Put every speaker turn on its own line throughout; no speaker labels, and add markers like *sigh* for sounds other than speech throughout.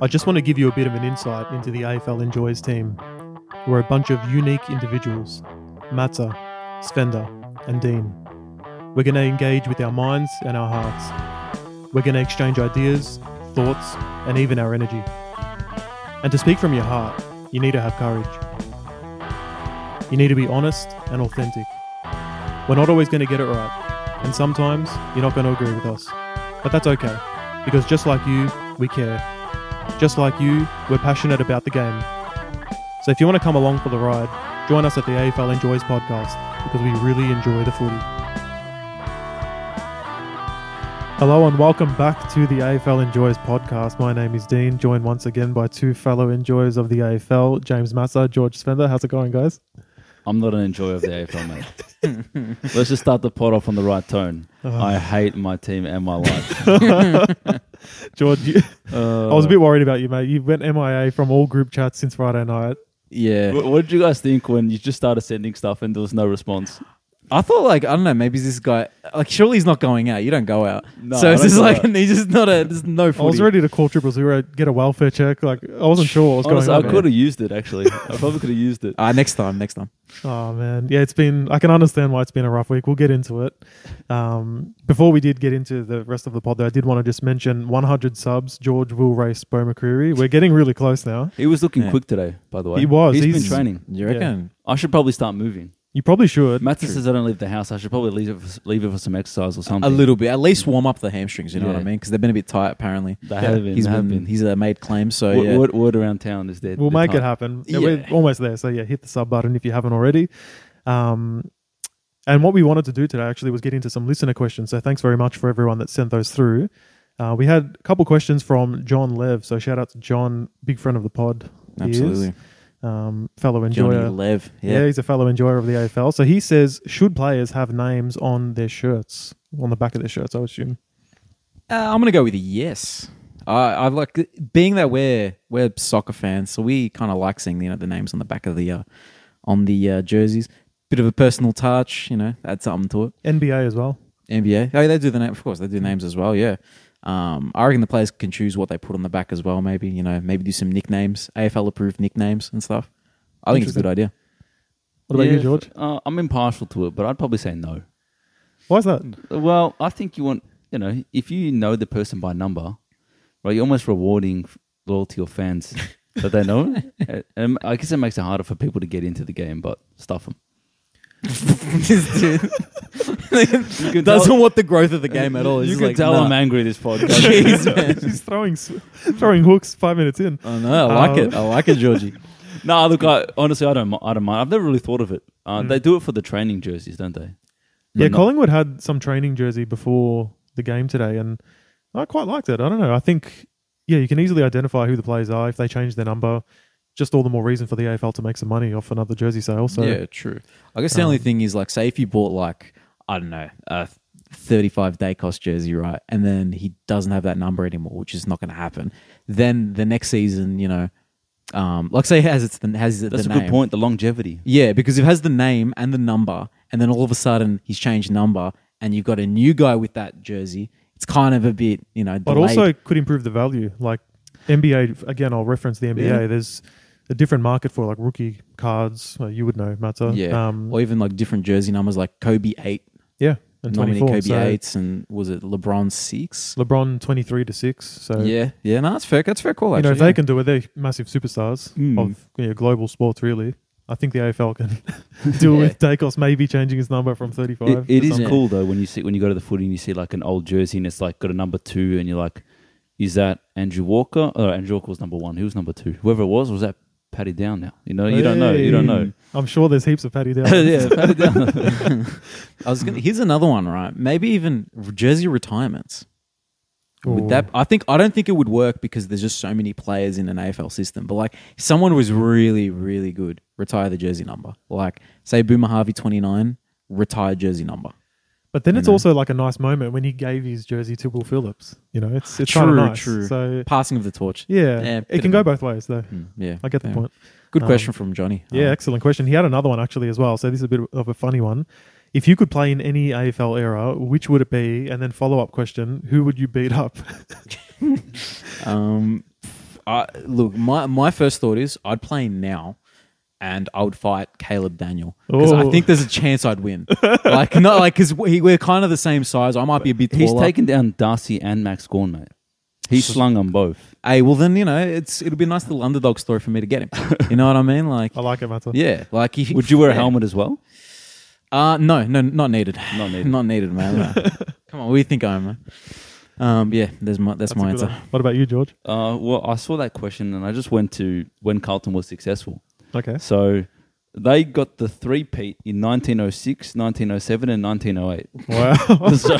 I just want to give you a bit of an insight into the AFL Enjoyers team. We're a bunch of unique individuals Matza, Svenda, and Dean. We're going to engage with our minds and our hearts. We're going to exchange ideas, thoughts, and even our energy. And to speak from your heart, you need to have courage. You need to be honest and authentic. We're not always going to get it right, and sometimes you're not going to agree with us. But that's okay, because just like you, we care. Just like you, we're passionate about the game. So if you want to come along for the ride, join us at the AFL Enjoys podcast, because we really enjoy the footy. Hello and welcome back to the AFL Enjoys podcast. My name is Dean, joined once again by two fellow enjoyers of the AFL, James Massa, George Svender. How's it going, guys?
I'm not an enjoyer of the AFL, mate. Let's just start the pod off on the right tone.
Oh.
I hate my team and
*laughs*
my life.
George, you,
Uh,
I was a bit worried about you, mate. You went MIA from all group chats since Friday night.
yeah. What, what did you guys think when you just started sending stuff and there was no response?
I thought like I don't know, maybe this guy like surely he's not going out. You don't go out.
No, I
so it's
don't
just
go
like
out.
*laughs* he's just not a there's no footy.
I was ready to call triple zero, get a welfare check. Like I wasn't sure what was
Honestly, I
going on.
could have used it
*laughs*
actually. I probably could have used it.
Ah, next time, next time.
Oh man, yeah, it's been. I can understand why it's been a rough week. We'll get into it. Um, before we did get into the rest of the pod, though, I did want to just mention 100 subs. George will race Bo
*laughs*
McCreary. We're getting really close now.
He was looking
Yeah.
quick today, by the way.
He was.
he's
He's-
been training.
You
Yeah.
reckon?
I should probably start moving.
You probably should.
Matt says I don't leave the house. I should probably leave it for, leave it for some exercise or something.
A little bit, at least warm up the hamstrings. You know what I
Yeah.
mean? Because they've been a bit tight apparently.
They have been.
He's
they have
been-
been.
He's uh, made claims. So
Word-
yeah.
word, word around town is that
We'll
the
make it
time-
happen.
Yeah.
We're almost there. So yeah, hit the sub button if you haven't already. Um, and what we wanted to do today actually was get into some listener questions. So thanks very much for everyone that sent those through. Uh, we had a couple questions from John Lev. So shout out to John, big friend of the pod. he is.
Absolutely.
Um, fellow
Johnny
enjoyer.
Lev.
Yeah.
Yeah.
he's a fellow enjoyer of the AFL. So he says, should players have names on their shirts, on the back of their shirts? I would assume.
Uh, I'm gonna go with a yes. I, I like being that we're we're soccer fans, so we kind of like seeing you know the names on the back of the uh, on the uh, jerseys. Bit of a personal touch, you know, add something to it.
NBA as well.
NBA. Oh, they do the name. Of course, they do
Hmm.
names as well. Yeah. Um, I reckon the players can choose what they put on the back as well. Maybe you know, maybe do some nicknames, AFL approved nicknames and stuff. I think it's a good idea.
What about
Yeah,
you, George?
Uh, I'm impartial to it, but I'd probably say no.
Why is that?
Well, I think you want, you know, if you know the person by number, right, you're almost rewarding f- loyalty or *laughs* fans that they know. it. and I guess it makes it harder for people to get into the game, but stuff them. *laughs*
*laughs* This dude
tell-
doesn't want the growth of the game at all. He's
You
just
can
like,
tell
nah.
I'm angry
*laughs*
this
*laughs*
podcast.
Jeez, man.
He's throwing s- throwing hooks five minutes in.
I know. I like it. I like it,
*laughs*
Georgie.
no, Um, look, I, honestly, I don't, mi- I don't mind. I've never really thought of it.
Hmm.
Uh, They do it for the training jerseys, don't they?
Yeah,
But not-
Collingwood had some training jersey before the game today, and I quite liked it. I don't know. I think yeah, you can easily identify who the players are if they change their number. Just all the more reason for the AFL to make some money off another jersey sale. So
yeah, true. I guess the
Um.
only thing is like, say if you bought like I don't know a thirty-five day cost jersey, right, and then he doesn't have that number anymore, which is not going to happen. Then the next season, you know, um, like say it has it's the has
That's
the
a
name.
good point. The longevity.
Yeah, because it has the name and the number, and then all of a sudden he's changed number, and you've got a new guy with that jersey. It's kind of a bit, you know,
but
delayed.
also could improve the value. Like NBA, again, I'll reference the NBA. There's a different market for like rookie cards. Uh, you would know, Matza.
yeah,
um,
or even like different jersey numbers, like Kobe eight,
yeah, and
nominee
24.
Kobe
so
eights, and was it LeBron six?
LeBron 23 to six. So
Yeah, yeah, no, that's fair. That's fair call.
you
Actually,
know, if
yeah.
they can do it, they're massive superstars
Mm.
of you know, global sports. Really, I think the AFL
*laughs*
can deal with Dacos maybe changing his number from 35.
It, it
to
is
something.
cool though when you see when you go to the footy and you see like an old jersey and it's like got a number two and you're like, is that Andrew Walker? Oh, Andrew Walker was number one. Who was number two? Whoever it was, was that Paddy Down? Now you know you don't know. You don't know.
I'm sure there's heaps of
*laughs*
Paddy Down. *laughs*
yeah, Paddy Down.
*laughs* I was gonna, here's another one, right? Maybe even jersey retirements. Would that? I think I don't think it would work because there's just so many players in an AFL system. But like, if someone was really, really good, retire the jersey number. Like, say Boomer Harvey 29, retire jersey number.
But then it's also like a nice moment when he gave his jersey to Will Phillips. You know, it's it's kind of
true,
nice.
true.
So
Passing of the torch.
yeah, it
bit
can
of
go
a-
both ways though.
Yeah,
I get the
yeah.
point. Um,
Good question from Johnny.
Yeah,
Um,
excellent question. He had another one actually as well. So this is a bit of a funny one. If you could play in any AFL era, which would it be? And then follow up question: Who would you beat up?
Um, I look, my my first thought is I'd play now, and I would fight Caleb Daniel because I
Ooh.
think there's a chance I'd win. like no, like because we, we're kind of the same size. I might be a bit taller.
He's taken down Darcy and Max Gorn, mate. He slung them both.
hey, well then you know it's it'll be a nice little underdog story for me to get him. You know what I mean?
*laughs* *laughs*
Like
I like it, Mata.
yeah, like if,
Would you wear a
yeah.
helmet as well?
Uh no, no, not needed.
Not needed.
not needed, man.
*laughs*
No. Come on, what do you think I am, man? Um, yeah, there's my that's,
a
my
good
answer.
one. What about you, George?
Uh, well, I saw that question and I just went to when Carlton was successful.
Okay.
So they got the three-peat in 1906, 1907 and 1908.
Wow.
*laughs* so,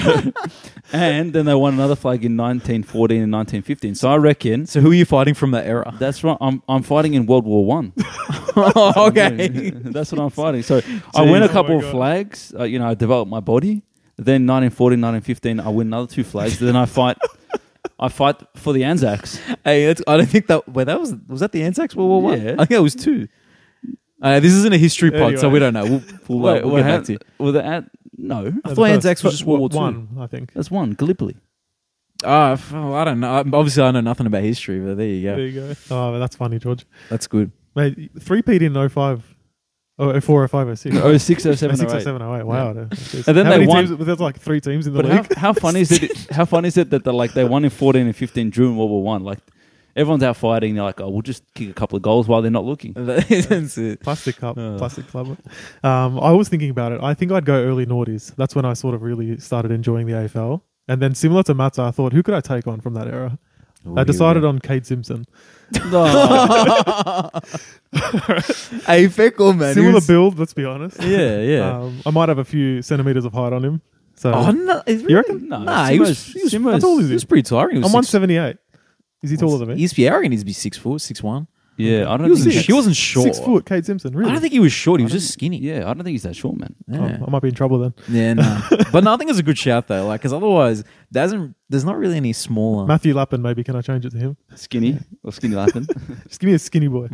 and then they won another flag in 1914 and 1915. So I reckon
So who are you fighting from that era?
that's right. I'm, I'm fighting in World War One.
*laughs* okay.
*laughs* that's what I'm fighting.
*laughs*
So I win a
Oh
couple
my
of
God.
flags. Uh, you know, I develop my body. Then 1914, 1915, I win another two flags. then I fight. I fight for the Anzacs.
*laughs* hey, that's, I don't think that. Wait, that was was that the Anzacs World War One?
Yeah.
I think it was two. Uh, this isn't a history pod,
Anyway.
so we don't know. We'll, we'll, uh, we'll get back
how-
to you.
Well, the An- no,
And
thought
the
Anzacs was
first-
just World War Two.
One, I think.
that's one
*laughs*
Gallipoli.
Uh, f- well, I don't know. Um, Obviously, I know nothing about history, but there you go.
There you go. Oh, that's funny, George.
That's good. *laughs*
Mate, three peat in 05. Oh, 04, 05, 06.
*laughs* Oh, six or seven,
06
or
or
eight.
07, 08. Wow. And
then they won-
Teams, there's like three teams in the
But how,
league.
how funny is it? *laughs* How funny is it that they're like they won in fourteen and fifteen during World War One? Like everyone's out fighting. They're like, oh, we'll just kick a couple of goals while they're not *laughs* looking.
that's it.
Plastic
*laughs*
cup,
Uh.
plastic club. Um, I was thinking about it. I think I'd go early noughties. That's when I sort of really started enjoying the AFL. And then similar to Matta, I thought, who could I take on from that era? I decided on Cade Simpson.
Hey, feckle man.
similar
who's-
build, let's be honest. *laughs*
Yeah, yeah.
Um, I might have a few centimeters of height on him. So
oh no, is
You reckon?
No,
Nah, he was,
Simo's-
he was,
Simo's-
how tall is he? was pretty tiring. He
I'm
was
one
six-
seventy eight. Is he taller than me?
He's, yeah, I reckon he'd be six foot, six one.
*laughs* yeah, I don't.
He wasn't,
think
six-
he wasn't short.
Six foot, Cade Simpson. Really?
I don't think he was short. He was
I
just skinny.
Yeah, I don't think he's that short, man.
Oh,
Yeah.
I might be in trouble then.
Yeah, no.
*laughs*
but no, I think it's a good shout though, like because otherwise, there isn't, there's not really any smaller.
Matthew Lappin, maybe. Can I change it to him?
Skinny or skinny *laughs* laughing.
Just give me a skinny
*laughs*
boy.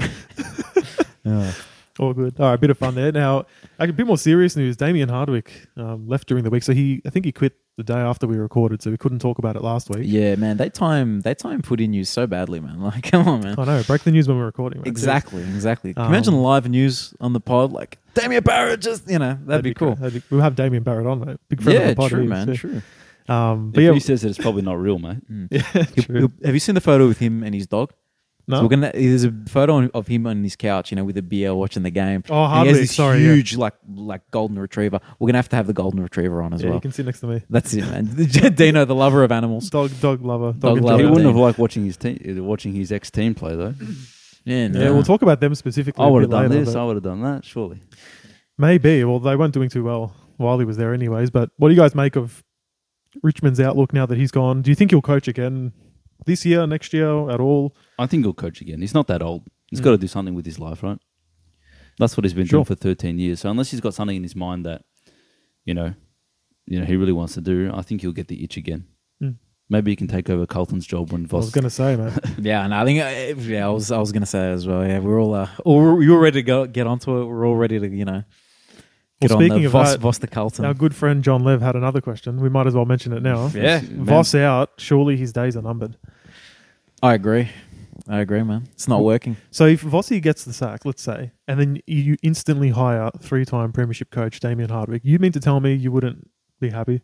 All good. All right, bit of fun there. Now, a bit more serious news. Damien Hardwick um, left during the week, so he I think he quit the day after we recorded, so we couldn't talk about it last week.
yeah, man, they time they time put in you so badly, man. *laughs* Like, come on, man.
I know. Break the news when we're recording. Right?
Exactly, exactly. Can you
Oh, Um,
imagine live news on the pod, like Damien Barrett, just you know, that'd, be, cool.
great. That'd be- we'll have Damien Barrett on, mate. Big friend
yeah,
of the pod.
true,
he is,
man,
yeah.
true.
Um, but
if
yeah,
he says that it's probably not real, mate.
yeah, true.
He'll- Have you seen the photo with him and his dog?
No?
So we're gonna. There's a photo on- of him on his couch, you know, with a beer, watching the game.
Oh,
And He
Hardwick,
has this
sorry, yeah.
huge, like, like golden retriever. We're gonna have to have the golden retriever on as
yeah,
well.
you can sit next to me.
That's it, man. *laughs* Dino, the lover of animals.
Dog, dog lover, dog,
Dog
and
lover.
he
dog.
wouldn't
Damien.
have liked watching his team, watching his ex team play though.
Yeah,
Yeah, we'll talk about them specifically.
I
a
would
bit
have done
later,
this.
but
I would have done that. Surely.
Maybe. Well, they weren't doing too well while he was there, anyways. But what do you guys make of Richmond's outlook now that he's gone? Do you think he'll coach again this year, next year, at all?
I think he'll coach again. He's not that old. He's got to do something with his life, right? That's what he's been
Mm. Sure.
doing for 13 years. So unless he's got something in his mind that, you know, you know he really wants to do, I think he'll get the itch again.
Mm.
Maybe he can take over Colton's job when
I
Voss.
was going to say,
*laughs*
man.
Yeah, and I think uh, yeah, I was I was gonna say that as well. Yeah, we're all uh, all you're ready to go get onto it. We're all ready to you know get
Well,
on
speaking
the
of
Voss,
that,
Voss the
Our
Carlton.
good friend John Lev had another question. We might as well mention it now.
Yeah,
Voss out. Surely his days are numbered.
I agree. I agree, man. It's not working.
So if Vossi gets the sack, let's say, and then you instantly hire three-time premiership coach Damien Hardwick, you mean to tell me you wouldn't be happy?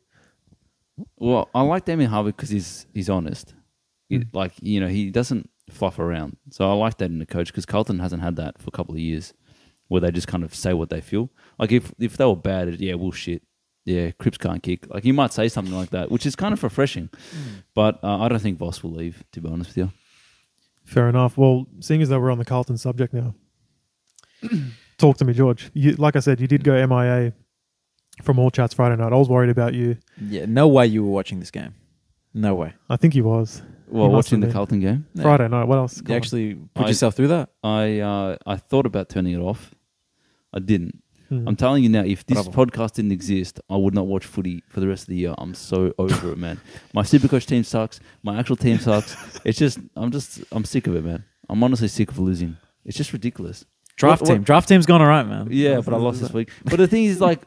Well, I like Damien Harvey because he's he's honest. He-
Hmm.
Like you know, he doesn't fluff around. So I like that in a coach because Carlton hasn't had that for a couple of years, where they just kind of say what they feel. Like if if they were bad, it- yeah, well, shit, yeah, Cripps can't kick. Like you might say something like that, which is kind of refreshing.
Hmm.
But uh, I don't think Voss will leave. To be honest with you,
Fair enough. Well, seeing as though we're on the Carlton subject now, *clears throat* talk to me, George. You, like I said, you did go MIA from All Chats Friday night. I was worried about you.
Yeah, no way you were watching this game. No way.
I think you was.
well,
You must
watching
have
the
been.
Carlton game,
No.
Friday night. What else?
You actually put
I-
yourself through that.
I uh, I thought about turning it off. I didn't.
Hmm.
I'm telling you now, if this
Bravo.
podcast didn't exist, I would not watch footy for the rest of the year. I'm so over it, man. My supercoach team sucks. My actual team sucks. It's just, I'm just, I'm sick of it, man. I'm honestly sick of losing. It's just ridiculous.
Draft
What- what-
team. Draft team's gone all right, man.
Yeah, but I lost this week. But the thing is, like,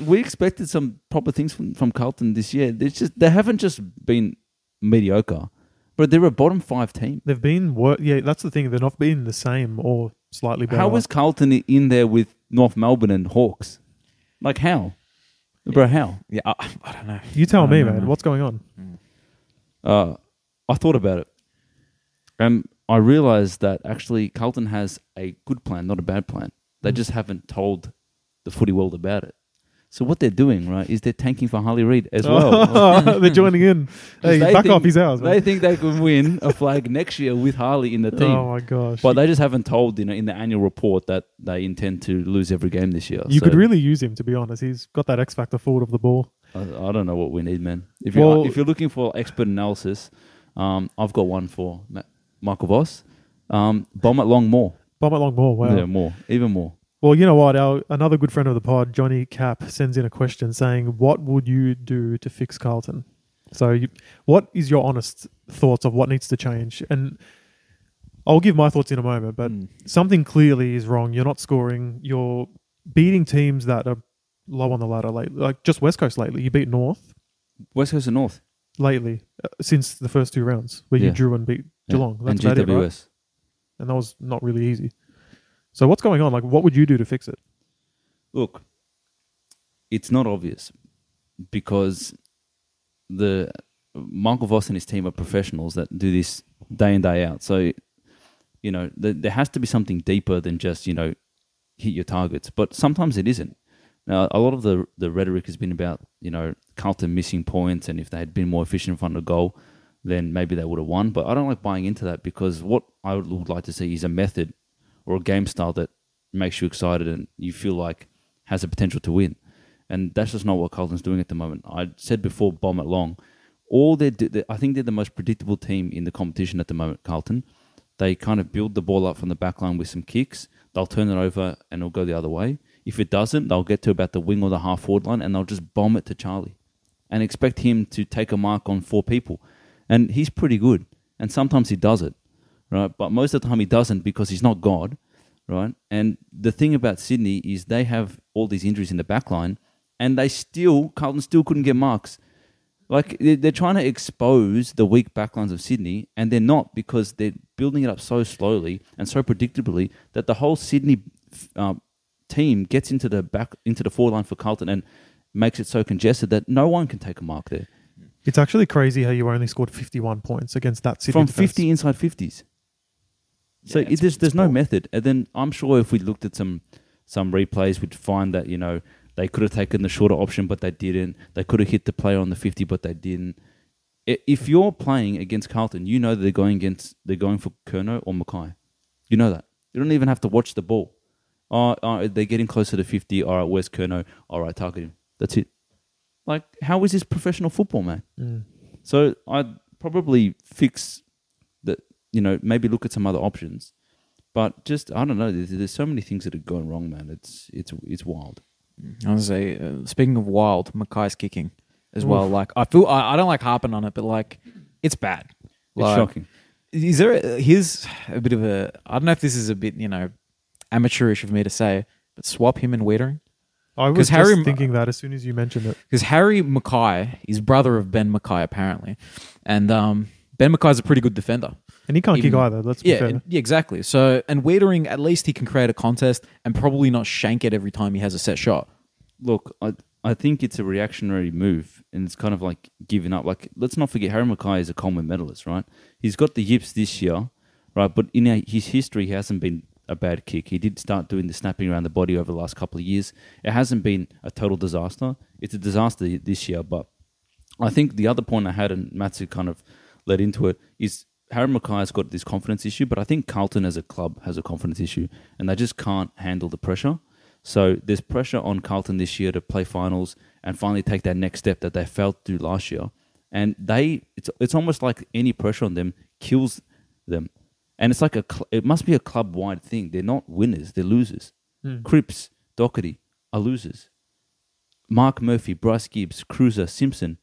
we expected some proper things from, from Carlton this year. It's just they haven't just been mediocre, But they're a bottom five team.
They've been wor- yeah, that's the thing. They're not being the same or slightly better.
How was Carlton in there with North Melbourne and Hawks? Like how, bro? How?
Yeah, I, I don't know.
you tell
I
me,
don't
man?
know.
What's going on?
Uh, I thought about it. Um, I realized that actually Carlton has a good plan, not a bad plan.
Mm-hmm.
They just haven't told the footy world about it. So what they're doing, right, is they're tanking for Harley Reid as
Oh. *laughs*
well.
They're joining
*laughs*
in.
'Cause
Hey,
they
back
think-
off. He's ours.
They
Man.
think they can win a flag next year with Harley in the team.
Oh my gosh!
but they just haven't told, you know, in the annual report that they intend to lose every game this year.
you
So
could really use him to be honest. He's got that X factor forward of the ball.
I, I don't know what we need, man. If you're
Well-
if you're looking for expert analysis, um, I've got one for Ma- Michael Voss. Um, bomb at long more.
Bomb it long more. Wow.
Yeah, more, even more.
Well, you know what? Our another good friend of the pod, Johnny Cap, sends in a question saying, "What would you do to fix Carlton?" So, you, what is your honest thoughts of what needs to change? And I'll give my thoughts in a moment, but
Hmm.
Mm.
something clearly is wrong. You're not scoring. You're beating teams that are low on the ladder lately, like just West Coast lately. You beat North
West Coast and North.
lately uh, since the first two rounds where
Yeah.
you drew and beat
Yeah.
Geelong.
and
That's about
GWS.
it, right? And that was not really easy. So, what's going on? Like, what would you do to fix it?
Look, it's not obvious because the Michael Voss and his team are professionals that do this day in day out. So, you know, th- there has to be something deeper than just you know hit your targets. But sometimes it isn't. Now, a lot of the the rhetoric has been about you know Carlton missing points, and if they had been more efficient in front of goal, then maybe they would have won. But I don't like buying into that because what I would like to see is a method or a game style that makes you excited and you feel like has the potential to win. And that's just not what Carlton's doing at the moment. I said before, bomb it long. All they do, they- I think they're the most predictable team in the competition at the moment. Carlton, they kind of build the ball up from the back line with some kicks. They'll turn it over and it'll go the other way. If it doesn't, they'll get to about the wing or the half forward line and they'll just bomb it to Charlie and expect him to take a mark on four people. And he's pretty good. And sometimes he does it, right? But most of the time he doesn't because he's not God, right? And the thing about Sydney is they have all these injuries in the back line and they still, Carlton still couldn't get marks. Like they- they're trying to expose the weak backlines of Sydney, and they're not because they're building it up so slowly and so predictably that the whole Sydney uh, team gets into the back into the forward line for Carlton and makes it so congested that no one can take a mark there
It's actually crazy how you only scored 51 points against that Sydney
from
defense.
fifty inside fifties. So it,
Yeah, it's-
there's there's
it's
no
poor.
method, and then I'm sure if we looked at some some replays, we'd find that you know they could have taken the shorter option, but they didn't. They could have hit the player on the fifty, but they didn't. I- If you're playing against Carlton, you know they're going against they're going for Kerno or Mackay. You know that. You don't even have to watch the ball. Oh, oh, they're getting closer to fifty. All right, where's Kerno? All right, target him. That's it. Like, how is this professional football, man?
Mm.
So I'd probably fix the, you know, maybe look at some other options. But just I don't know. There's, there's so many things that have gone wrong, man. It's it's it's wild.
Honestly, uh, speaking of wild, Mackay's kicking as well. Like I feel I, I don't like harping on it, but like it's bad.
It's
Like,
shocking.
Is there a, here's a bit of a I don't know if this is a bit you know amateurish of me to say, but swap him and Wiedering
I
'Cause
was just
Harry-
thinking that as soon as you mentioned it.
because Harry Mackay is brother of Ben Mackay apparently, and um, Ben Mackay's a pretty good defender.
And he can't
Even-
kick either, let's be
Yeah,
fair.
and- yeah, exactly. So and Wiedering at least he can create a contest and probably not shank it every time he has a set shot.
Look, I I think it's a reactionary move, and it's kind of like giving up. Like let's not forget, Harry Mackay is a Coleman medalist, right? He's got the yips this year, right? But in our, his history, he hasn't been a bad kick. He did start doing the snapping around the body over the last couple of years. It hasn't been a total disaster. It's a disaster this year, but I think the other point I had, and Matsu kind of led into it, is Harry Mackay's got this confidence issue, but I think Carlton as a club has a confidence issue, and they just can't handle the pressure. So there's pressure on Carlton this year to play finals and finally take that next step that they failed to do last year. And they, it's, it's almost like any pressure on them kills them. And it's like a, cl- it must be a club wide thing. They're not winners, they're losers. Cripps, Doherty are losers. Mark Murphy, Bryce Gibbs, Cruiser, Simpson,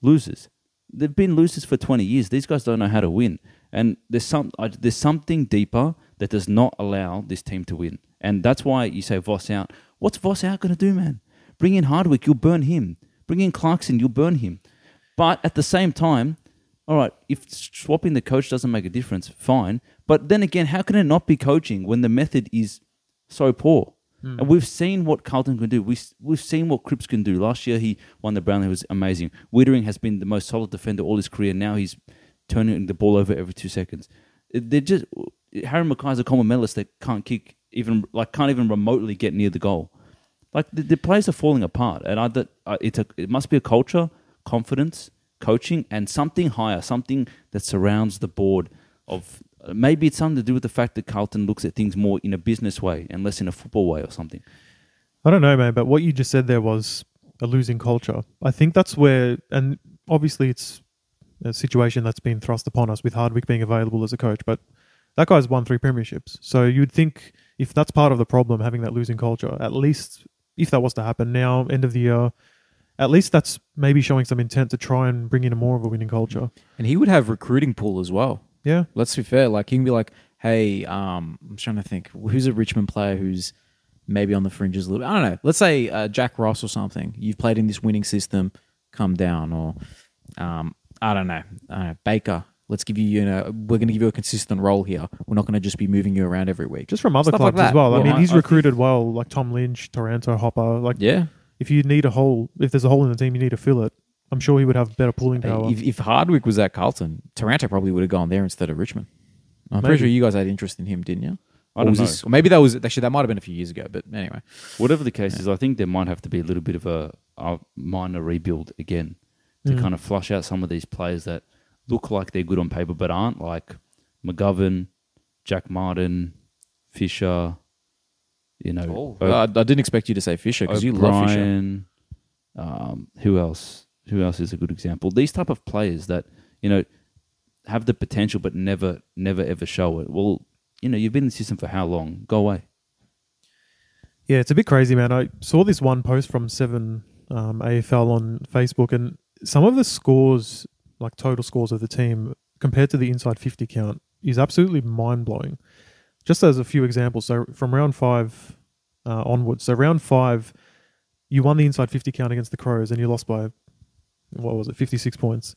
losers. They've been losers for 20 years. These guys don't know how to win. And there's, some, I- there's something deeper that does not allow this team to win. And that's why you say Voss out. What's Voss out going to do, man? Bring in Hardwick, you'll burn him. Bring in Clarkson, you'll burn him. But at the same time, all right, if swapping the coach doesn't make a difference, fine. But then again, how can it not be coaching when the method is so poor? And we've seen what Carlton can do. We, we've seen what Cripps can do. Last year, he won the Brownlee, was amazing. Wittering has been the most solid defender all his career. Now he's turning the ball over every two seconds. They're just Harry Mackay's a common medalist that can't kick even like can't even remotely get near the goal. Like the, the players are falling apart, and I, that, I it's a, it must be a culture, confidence, coaching, and something higher, something that surrounds the board. Of maybe it's something to do with the fact that Carlton looks at things more in a business way and less in a football way or something.
I don't know, man, but what you just said there was a losing culture. I think that's where, and obviously it's a situation that's been thrust upon us with Hardwick being available as a coach, but that guy's won three premierships. So you'd think if that's part of the problem, having that losing culture, at least if that was to happen now, end of the year, at least that's maybe showing some intent to try and bring in a more of a winning culture.
And he would have recruiting pool as well.
Yeah.
Let's be fair. Like, he can be like, hey, um, I'm trying to think, who's a Richmond player who's maybe on the fringes a little bit? I don't know. Let's say uh, Jack Ross or something. You've played in this winning system, come down. Or, um, I don't know, I don't know Baker. Let's give you, you know, we're going to give you a consistent role here. We're not going to just be moving you around every week.
Just from other
Stuff like
clubs as
that.
well. I
Well,
mean,
I-
he's
I think-
recruited well, like Tom Lynch, Toronto Hopper. Like,
yeah.
if you need a hole, if there's a hole in the team, you need to fill it. I'm sure he would have better pulling power.
If, if Hardwick was at Carlton, Taranto probably would have gone there instead of Richmond. I'm
Maybe.
pretty sure you guys had interest in him, didn't you?
I
Or
don't
was
know.
this- or maybe that was actually that might have been a few years ago, but anyway.
Whatever the case is, I think there might have to be a little bit of a, a minor rebuild again to kind of flush out some of these players that look like they're good on paper but aren't, like McGovern, Jack Martin, Fisher, you know, O-
I, I didn't expect you to say Fisher because you love Fisher.
O'Brien. Um, who else? Who else is a good example? These type of players that you know have the potential but never, never ever show it. Well, you know, you've been in the system for how long? Go away.
Yeah, it's a bit crazy, man. I saw this one post from Seven um, AFL on Facebook, and some of the scores, like total scores of the team, compared to the inside 50 count, is absolutely mind blowing. Just as a few examples, so from round five uh, onwards, so round five, you won the inside 50 count against the Crows, and you lost by, what was it, 56 points.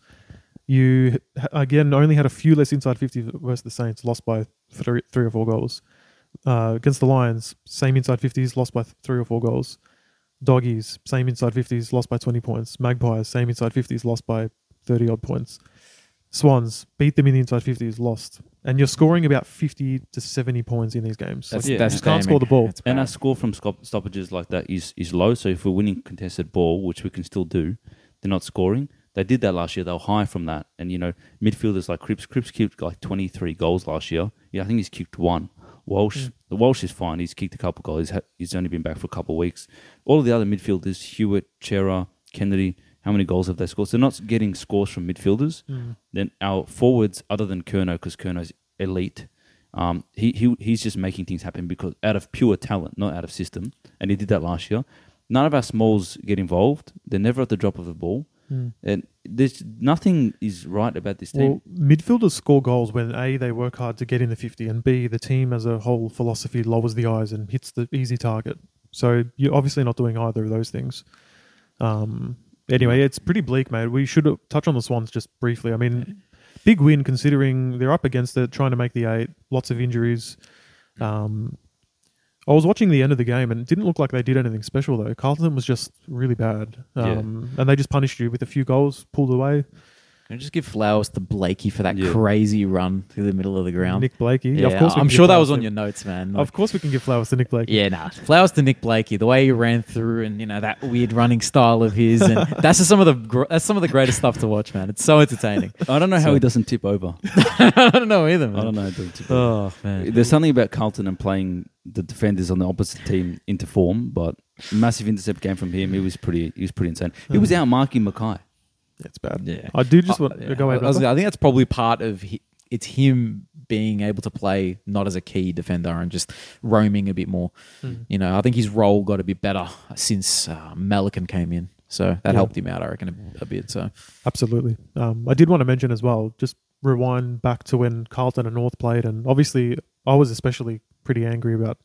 You h- again only had a few less inside 50 versus the Saints, lost by three, three or four goals uh, against the Lions, same inside 50s, lost by th- three or four goals. Doggies, same inside 50s, lost by 20 points. Magpies, same inside 50s, lost by 30 odd points. Swans, beat them in the inside 50s, lost. And you're scoring about 50 to 70 points in these games.
That's,
Yeah.
that's
you can't score the ball.
And our score from scop- stoppages like that is, is low. So if we're winning contested ball, which we can still do, they're not scoring. They did that last year. They were high from that. And, you know, midfielders like Cripps. Cripps kicked like 23 goals last year. Yeah, I think he's kicked one. Walsh, the Walsh is fine. He's kicked a couple goals. He's, ha- he's only been back for a couple of weeks. All of the other midfielders, Hewitt, Chera, Kennedy, how many goals have they scored? So they're not getting scores from midfielders.
hmm.
Then our forwards, other than Kerno, because Kerno's elite, um, he, he he's just making things happen because out of pure talent, not out of system. And he did that last year. None of our smalls get involved. They're never at the drop of the ball, and there's nothing is right about this team.
Well, midfielders score goals when A, they work hard to get in the 50, and B, the team as a whole philosophy lowers the eyes and hits the easy target. So you're obviously not doing either of those things. Um, anyway, it's pretty bleak, mate. We should touch on the Swans just briefly. I mean, big win considering they're up against it, trying to make the eight, lots of injuries. Um, I was watching the end of the game and it didn't look like they did anything special though. Carlton was just really bad,
Yeah.
um, and they just punished you with a few goals pulled away.
Can I just give flowers to Blakey for that
Yeah.
crazy run through the middle of the ground?
Nick Blakey,
yeah,
of course, we
I'm
can
sure
give
that
flowers
was
to
on
him.
your notes, man. Like-
Of course, we can give flowers to Nick Blake.
Yeah, nah. Flowers to Nick Blakey, the way he ran through, and you know that weird running style of his, and
*laughs*
that's just some of the gr- that's some of the greatest stuff to watch, man. It's so entertaining. *laughs*
I don't know how
So-
he doesn't tip over.
I don't know either, man.
I don't know. how he doesn't tip
Uh,
over.
Oh man,
There's something about Carlton and playing the defenders on the opposite team into form, but massive intercept game from him. He was pretty. He was pretty insane. He was out marking Mackay.
It's bad.
Yeah. Uh,
I do just want
Oh, Yeah.
to go
I,
away.
I was- I think that's probably part of hi it's him being able to play not as a key defender and just roaming a bit more.
Hmm.
You know, I think his role got a bit better since uh, Melican came in, so that
Yeah.
helped him out, I reckon, a, a bit. So
Absolutely. Um, I did want to mention as well, just rewind back to when Carlton and North played. And obviously, I was especially pretty angry about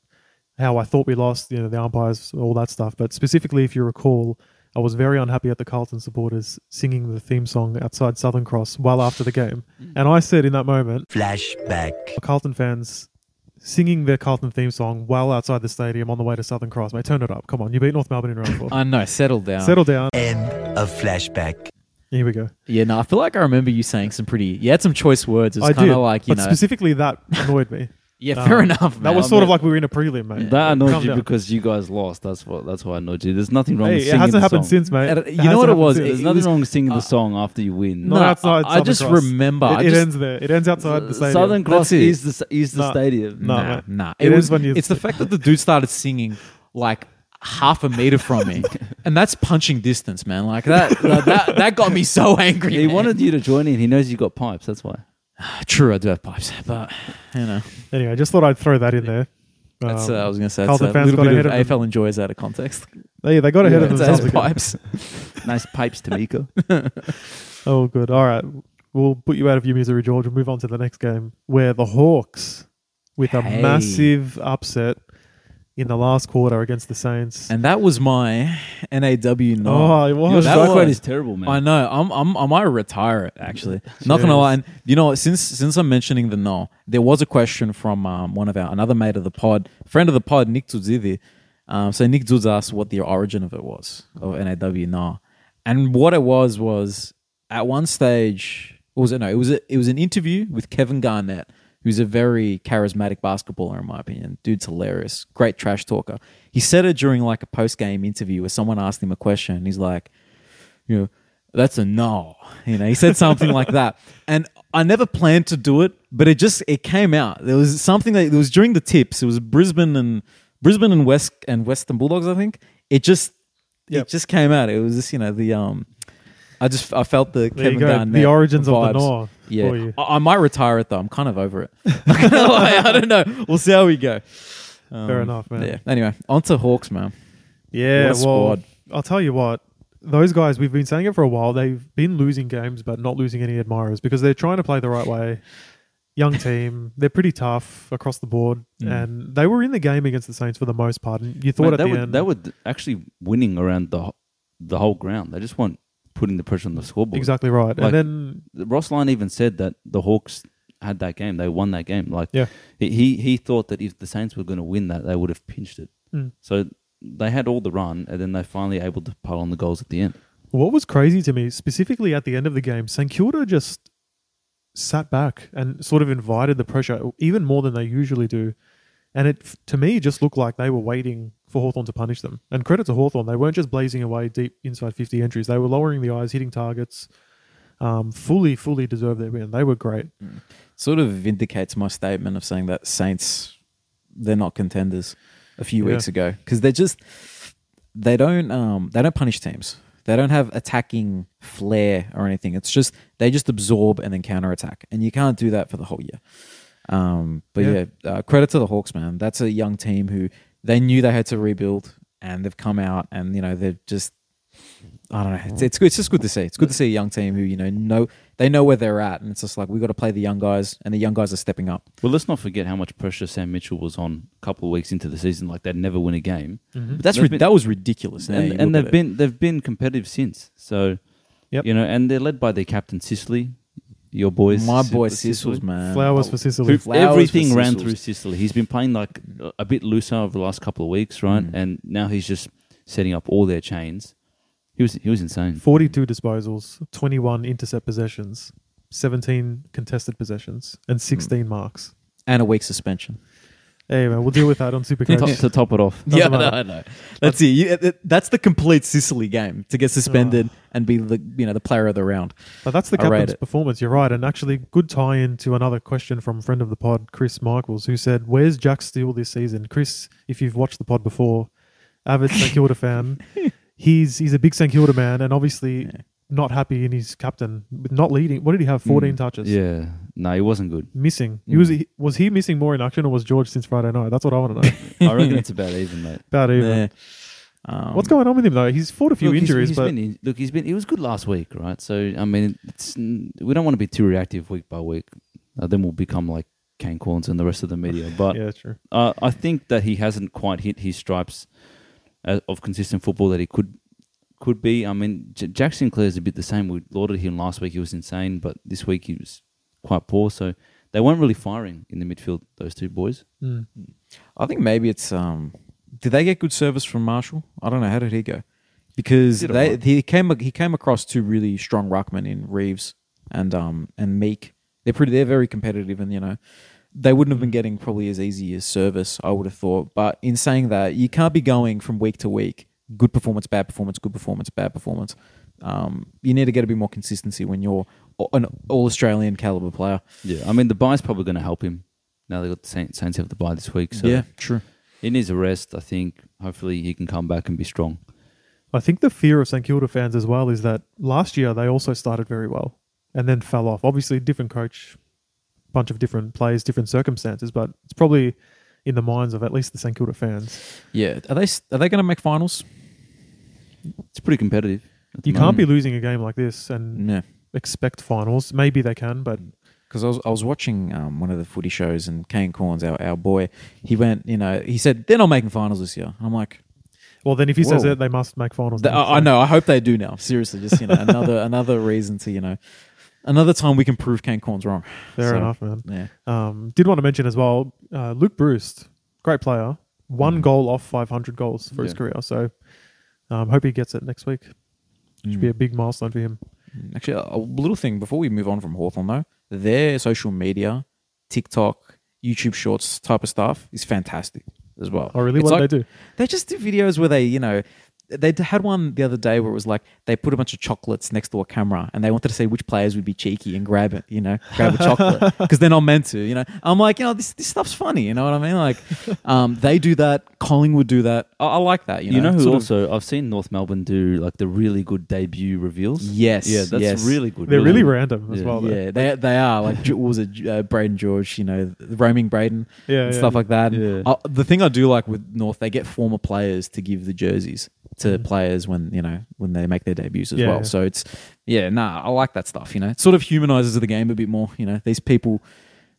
how I thought we lost, you know, the umpires, all that stuff. But specifically, if you recall, I was very unhappy at the Carlton supporters singing the theme song outside Southern Cross well after the game.
Mm.
And I said in that moment,
Flashback.
Carlton fans singing their Carlton theme song well outside the stadium on the way to Southern Cross. Mate, turn it up. Come on. You beat North Melbourne in round four.
I know. Settle down.
Settle down.
End of flashback.
Here we go.
Yeah, no, I feel like I remember you saying some pretty. You had some choice words. It's
I
kind
did.
of like you
but
know.
specifically, that annoyed
*laughs*
me.
yeah,
Um,
fair enough.
That was sort of like we were in a prelim, mate.
That annoyed
Calm
you
down.
because you guys lost. That's what. That's why I annoyed you. There's nothing wrong.
Hey,
with
it
singing
hasn't
the
happened
song.
since, mate.
And,
It
you know what
hasn't
it was?
happened since.
There's
uh,
It
nothing
was-
wrong with singing the song after you win.
No,
No,
that's not
I, I
Southern
just
Cross.
remember.
it,
I
it
just-
ends there. It ends outside the stadium.
Southern Cross
it.
is the is the
No.
stadium.
No,
nah,
mate.
nah.
It
It
is
was,
when you-
it's the fact that the dude started singing like half a meter
*laughs*
from me, and that's punching distance, man. Like that. that that, that got me so angry.
He
man.
wanted you to join in. He knows you got pipes. That's why.
True, I do have pipes, but you know,
Anyway, I just thought I'd throw that in there.
that's.
Um,
uh, I was gonna say. That's
Carlton
a
fans
little
got
bit
ahead
of
of them.
AFL enjoys out of context.
Um, they, they got ahead of
It's *laughs*
themselves.
his
again.
pipes.
Nice pipes, Tamika.
*laughs* Oh, good. All right. We'll put you out of your misery, George. We'll move on to the next game where the Hawks, with a
Hey.
massive upset in the last quarter against the Saints.
And that was my NAW
oh, it
knob.
Your
was.
That
strike rate
was-
is terrible, man.
I know. I'm, I'm, I might retire it actually. Not gonna
Jeez.
lie. And you know what? Since since I'm mentioning the no, there was a question from um, one of our another mate of the pod, friend of the pod, Nick Dzidzi. Um, so Nick Dzudz asked what the origin of it was of NAW no, and what it was was at one stage what was it no? It was a, it was an interview with Kevin Garnett, who's a very charismatic basketballer in my opinion. Dude's hilarious, great trash talker. He said it during like a post game interview where someone asked him a question. And he's like you know, that's a no. You know, he said something like that. And I never planned to do it, but it just it came out. There was something that it was during the tips. It was Brisbane and Brisbane and West and Western Bulldogs, I think. It just
Yep.
it just came out. It was just, you know, the um I just I felt the
There you
Kevin
go.
Garnett
The origins of the
vibes.
Gnaw
Yeah.
for you.
I, I might retire it though. I'm kind of over it. *laughs* Not gonna lie, I don't know. We'll see how we go. Um,
Fair enough, man.
Yeah. Anyway, on to Hawks, man.
Yeah,
What a
well,
squad.
I'll tell you what. Those guys, we've been saying it for a while. They've been losing games, but not losing any admirers because they're trying to play the right way. Young team, they're pretty tough across the board,
Mm.
and they were in the game against the Saints for the most part. And you thought
Man,
at
they
the
were,
end,
they were d- actually winning around the wh- the whole ground. They just weren't putting the pressure on the scoreboard.
exactly right.
Like-
and then
The- Ross Lyon even said that the Hawks had that game. They won that game. Like
Yeah.
he- he he thought that if the Saints were going to win that, they would have pinched it.
Mm.
So they had all the run, and then they finally able to pile on the goals at the end.
What was crazy to me, specifically at the end of the game, St Kilda just sat back and sort of invited the pressure even more than they usually do. And it, f- to me, just looked like they were waiting for Hawthorn to punish them. And credit to Hawthorn, they weren't just blazing away deep inside 50 entries. They were lowering the eyes, hitting targets. Um, fully, fully deserved their win. They were great.
sort of vindicates my statement of saying that Saints they're not contenders a few
Yeah.
weeks ago because they're just they don't um they don't punish teams. They don't have attacking flair or anything. It's just they just absorb and then counterattack, and you can't do that for the whole year. Um, but
Yeah.
yeah, uh, credit to the Hawks, man. That's a young team who they knew they had to rebuild, and they've come out, and you know they've just I don't know. It's, it's good. It's just good to see. It's good to see a young team who you know know they know where they're at, and it's just like we got to play the young guys, and the young guys are stepping up.
Well, let's not forget how much pressure Sam Mitchell was on a couple of weeks into the season. Like they'd never win a game. But
That's
they've
rid
been-
that was ridiculous. now you
and, and
look
they've
at it.
been they've been competitive since. So,
Yep.
you know, and they're led by their captain Sicily, your boys,
my
Sis-
boy Sissels, man.
Flowers for Sicily.
Who- Flowers
Everything
for
ran
Sissels.
through Sicily. He's been playing like a- a bit looser over the last couple of weeks, right?
Mm.
And now he's just setting up all their chains. He was he
*laughs*
was insane.
42 disposals, 21 intercept possessions, 17 contested possessions, and 16 marks.
and a week suspension.
Anyway, we'll deal with that on Supercoach.
Top, to top it off,
Doesn't
yeah,
matter.
I know. That's it. You, it- it- that's the complete Sicily game to get suspended and be the you know the player of the round.
But that's the
I rate
captain's
it.
performance. You're right, and actually, good tie-in to another question from friend of the pod, Chris Michaels, who said, "Where's Jack Steele this season?" Chris, if you've watched the pod before, avid St Kilda
*laughs*
fan, he's he's a big St Kilda man, and obviously not happy in his captain, with not leading. What did he have? 14 touches.
Mm, yeah. Mm. No, it wasn't good.
Missing. He was he- was he missing more in action, or was George since Friday night? That's what I want
*laughs*
to know.
I reckon it's about even, mate.
About even.
Yeah. Um,
What's going on with him though? He's fought *laughs* a few
Look, he's-
injuries,
he's
but
been in- look, he's been. He was good last week, right? So I mean, it's we don't want to be too reactive week by week. Uh, then we'll become like Kane Corns and the rest of the media. But
yeah, true.
uh, I think that he hasn't quite hit his stripes uh, of consistent football that he could could be. I mean, J- Jack Sinclair's a bit the same. We lauded him last week; he was insane, but this week he was quite poor. So they weren't really firing in the midfield. Those two boys.
Mm.
I think maybe it's um. Did they get good service from Marshall? I don't know. How did he go? Because
He did
they,
alright.
he came he came across two really strong ruckmen in Reeves and um and Meek. They're pretty. They're very competitive, and you know they wouldn't have been getting probably as easy as service. I would have thought. But in saying that, you can't be going from week to week. Good performance, bad performance. Good performance, bad performance. Um, you need to get a bit more consistency when you're a- an all Australian caliber player.
Yeah, I mean the buy's probably going to help him. Now they got the Saints, Saints have the buy this week, so
true.
he needs a rest. I think hopefully he can come back and be strong.
I think the fear of St Kilda fans as well is that last year they also started very well and then fell off. Obviously, different coach, bunch of different players, different circumstances, but it's probably in the minds of at least the St Kilda fans.
Yeah, are they s- are they going to make finals?
It's pretty competitive. at the
You
Mm.
can't
moment.
be losing a game like this and
No.
expect finals. Maybe they can, but
Because I was, I was watching um, one of the footy shows and Kane Corns, our, our boy, he went, you know, he said, they're not making finals this year. And I'm like,
well, then if he says
Whoa.
that, they must make finals.
"Th- uh, I, I know, I hope they do now. Seriously, just, you know, another *laughs* another reason to, you know, another time we can prove Kane Corns wrong.
Fair
So,
enough, man.
Yeah.
Um, did want to mention as well, uh, Luke Bruce, great player,
Mm.
one goal off 500 goals for his
Yeah.
career. So um, hope he gets it next week. Should
Mm.
be a big milestone for him.
Actually, a a little thing before we move on from Hawthorn, though, their social media, TikTok, YouTube Shorts type of stuff is fantastic as well.
Oh, really?
It's
What do
like-
they do?
They just do videos where they, you know, they d- had one the other day where it was like they put a bunch of chocolates next to a camera and they wanted to see which players would be cheeky and grab it, you know, grab a chocolate
*laughs*
because they're not meant to, you know. I'm like, you know, this, this stuff's funny, you know what I mean? Like, um, they do that. Collingwood do that. I, I like that, you know.
You know, who
sort of-
also I've seen North Melbourne do like the really good debut reveals.
Yes,
yeah, that's
yes.
really good.
They're really
good.
random as
Yeah.
well. though.
yeah, they they are like what was it uh, Braden George, you know, the roaming Braden,
Yeah,
and
yeah.
stuff like that.
Yeah.
Uh, the thing I do like with North, they get former players to give the jerseys to players when you know when they make their debuts as
Yeah,
well.
yeah.
So it's yeah, nah, I like that stuff. You know, it sort of humanizes the game a bit more. You know, these people,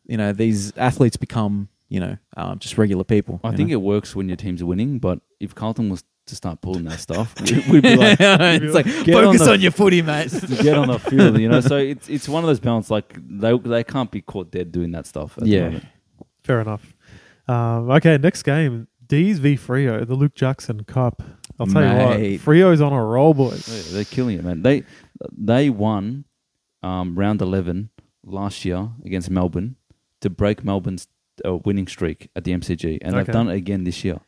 you know, these athletes become you know um, just regular people.
I
you
think
know?
it works when your team's winning, but if Carlton was to start pulling that *laughs* stuff, we- we'd be like,
*laughs* it's like
Get on
focus on,
the-
your footy, mate.
get on the field, you *laughs* know. So it's it's one of those balance. Like they they can't be caught dead doing that stuff. At
Yeah.
the moment.
Fair enough. Um, okay, next game. D's v Frio, the Luke Jackson Cup. I'll tell you
Mate.
what, Frio's on a roll, boys.
Yeah, they're killing it, man. They they won um, round eleven last year against Melbourne to break Melbourne's uh, winning streak at the MCG, and
Okay.
they've done it again this year.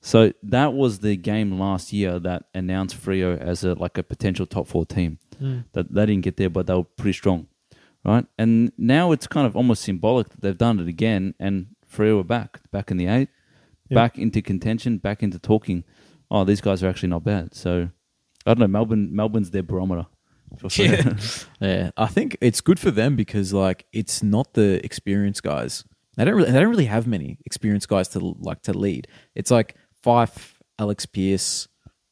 So that was the game last year that announced Frio as a like a potential top four team. That they didn't get there, but they were pretty strong, right? And now it's kind of almost symbolic that they've done it again, and Frio are back, back in the eight,
Yeah.
back into contention, back into talking. Oh, these guys are actually not bad. So I don't know. Melbourne, Melbourne's their barometer. for Freo.
Yeah, I think it's good for them because like it's not the experienced guys. They don't really, they don't really have many experienced guys to like to lead. It's like Fife, Alex Pierce,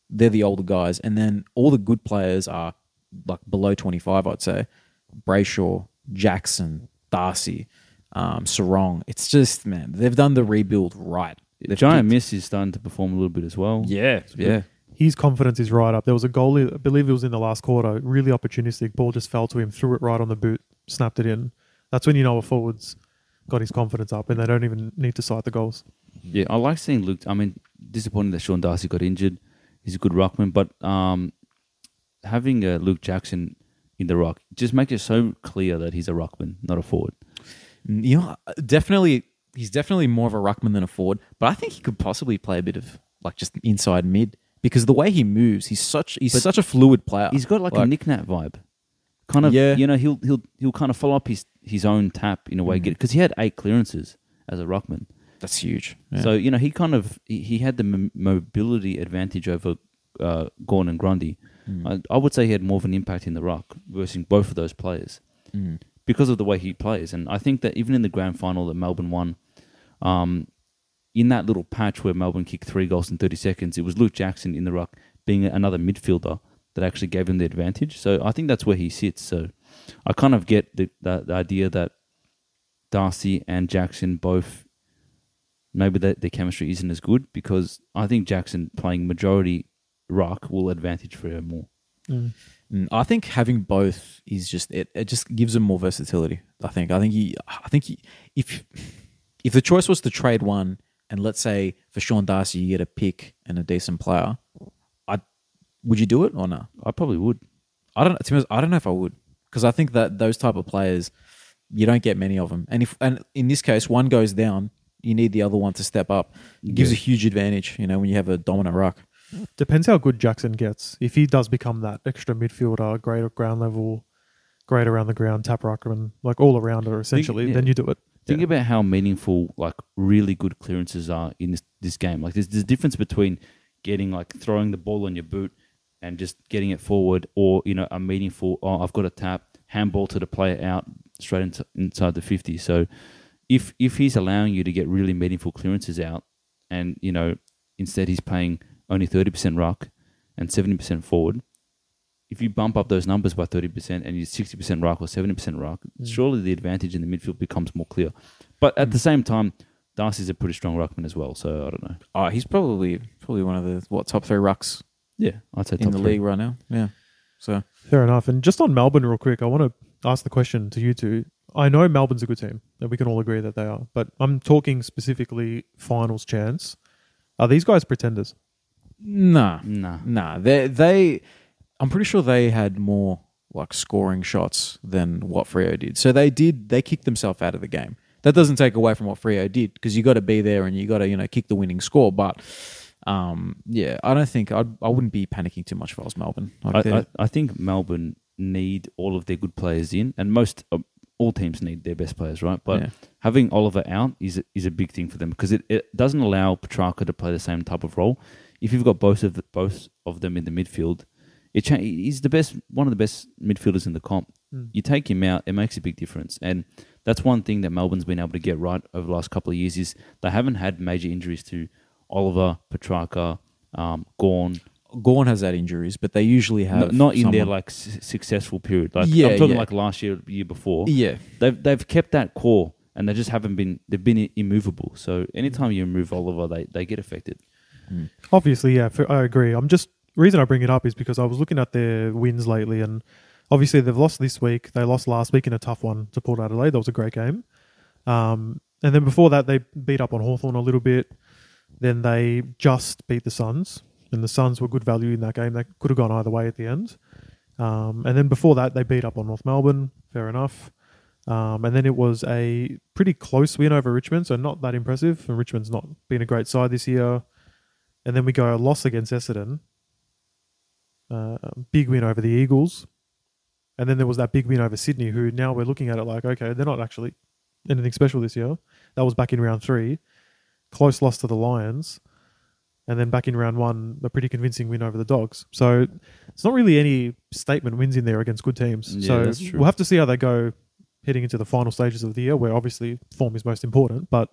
they're the older guys, and then all the good players are like below twenty five. I'd say Brayshaw, Jackson, Darcy, um, Sarong. It's just man, they've done the rebuild right.
*laughs*
They've
Giant
picked-
Miss is starting to perform a little bit as well.
yeah, yeah.
His confidence is right up. There was a goalie, I believe it was in the last quarter, really opportunistic. Ball just fell to him, threw it right on the boot, snapped it in. That's when you know a forward's got his confidence up and they don't even need to cite the goals.
Yeah, I like seeing Luke. I mean, disappointing that Sean Darcy got injured. He's a good ruckman, but um, having uh, Luke Jackson in the rock just makes it so clear that he's a ruckman, not a forward.
You know, definitely, he's definitely more of a ruckman than a forward. But I think he could possibly play a bit of like just inside mid because the way he moves, he's such he's such a fluid player.
He's got like, a Nick Nat vibe, kind of.
Yeah.
you know, he'll he'll he'll kind of follow up his his own tap in a
Mm.
way, because he had eight clearances as a ruckman.
That's huge. Yeah.
So you know he kind of he, he had the m- mobility advantage over uh, Gorn and Grundy.
Mm.
I, I would say he had more of an impact in the ruck versus both of those players
Mm.
because of the way he plays. And I think that even in the grand final that Melbourne won, um, in that little patch where Melbourne kicked three goals in thirty seconds, it was Luke Jackson in the ruck being another midfielder that actually gave him the advantage. So I think that's where he sits. So I kind of get the, the, the idea that Darcy and Jackson both maybe that their chemistry isn't as good because I think Jackson playing majority ruck will advantage Freo more.
Mm, I think having both is just it. It just gives them more versatility. I think. I think. You, I think you, if if the choice was to trade one, and let's say for Sean Darcy you get a pick and a decent player, I would you do it or not?
I probably would.
I don't. To be honest, I don't know if I would because I think that those type of players you don't get many of them. And if and in this case one goes down, you need the other one to step up. It gives a huge advantage. You know when you have a dominant ruck.
Depends how good Jackson gets. If he does become that extra midfielder, great at ground level, great around the ground, tap ruckman, like all arounder essentially,
yeah.
then you do it.
Think
Yeah.
about how meaningful like really good clearances are in this, this game. Like there's there's a difference between getting like throwing the ball on your boot and just getting it forward, or you know a meaningful oh I've got a tap handball to the player out straight into, inside the fifty. So if if he's allowing you to get really meaningful clearances out, and you know instead he's paying only thirty percent ruck and seventy percent forward. If you bump up those numbers by thirty percent and you're sixty percent ruck or seventy percent ruck, surely the advantage in the midfield becomes more clear. But
Hmm.
at the same time, Darcy's a pretty strong ruckman as well, so I don't know.
Oh, he's probably probably one of the what top three rucks
Yeah, I'd say top
in the
three.
league right now. Yeah. So
Fair enough. And just on Melbourne, real quick, I want to ask the question to you two. I know Melbourne's a good team, and we can all agree that they are. But I'm talking specifically finals chance. Are these guys pretenders?
nah,
Nah.
nah. They they, I'm pretty sure they had more like scoring shots than what Frio did. So they did they kicked themselves out of the game. That doesn't take away from what Frio did because you got to be there and you got to you know kick the winning score. But um, yeah, I don't think I'd, I wouldn't be panicking too much if I was Melbourne. Like
I,
they're-
I, I think Melbourne need all of their good players in, and most uh, all teams need their best players, right? But
Yeah.
having Oliver out is a, is a big thing for them because it, it doesn't allow Petrarca to play the same type of role. If you've got both of the, both of them in the midfield, it cha- he's the best one of the best midfielders in the comp.
Hmm.
You take him out, it makes a big difference, and that's one thing that Melbourne's been able to get right over the last couple of years is they haven't had major injuries to Oliver Petrarca, um, Gorn.
Gorn has had injuries, but they usually have
Not, not in their
someone-
like s- successful period. Like
Yeah,
I'm talking
yeah.
like last year, year before.
yeah.
They've they've kept that core, and they just haven't been. They've been i- immovable. So anytime you remove Oliver, they they get affected.
Obviously, yeah, for, I agree. I'm just reason I bring it up is because I was looking at their wins lately, and obviously they've lost this week. They lost last week in a tough one to Port Adelaide. That was a great game. Um, and then before that, they beat up on Hawthorn a little bit. Then they just beat the Suns, and the Suns were good value in that game. They could have gone either way at the end. Um, and then before that, they beat up on North Melbourne. Fair enough. Um, and then it was a pretty close win over Richmond, so not that impressive. And Richmond's not been a great side this year. And then we go a loss against Essendon, uh, big win over the Eagles, and then there was that big win over Sydney. Who now we're looking at it like, okay, they're not actually anything special this year. That was back in round three, close loss to the Lions, and then back in round one, a pretty convincing win over the Dogs. So it's not really any statement wins in there against good teams.
Yeah,
so
that's true.
we'll have to see how they go heading into the final stages of the year, where obviously form is most important. But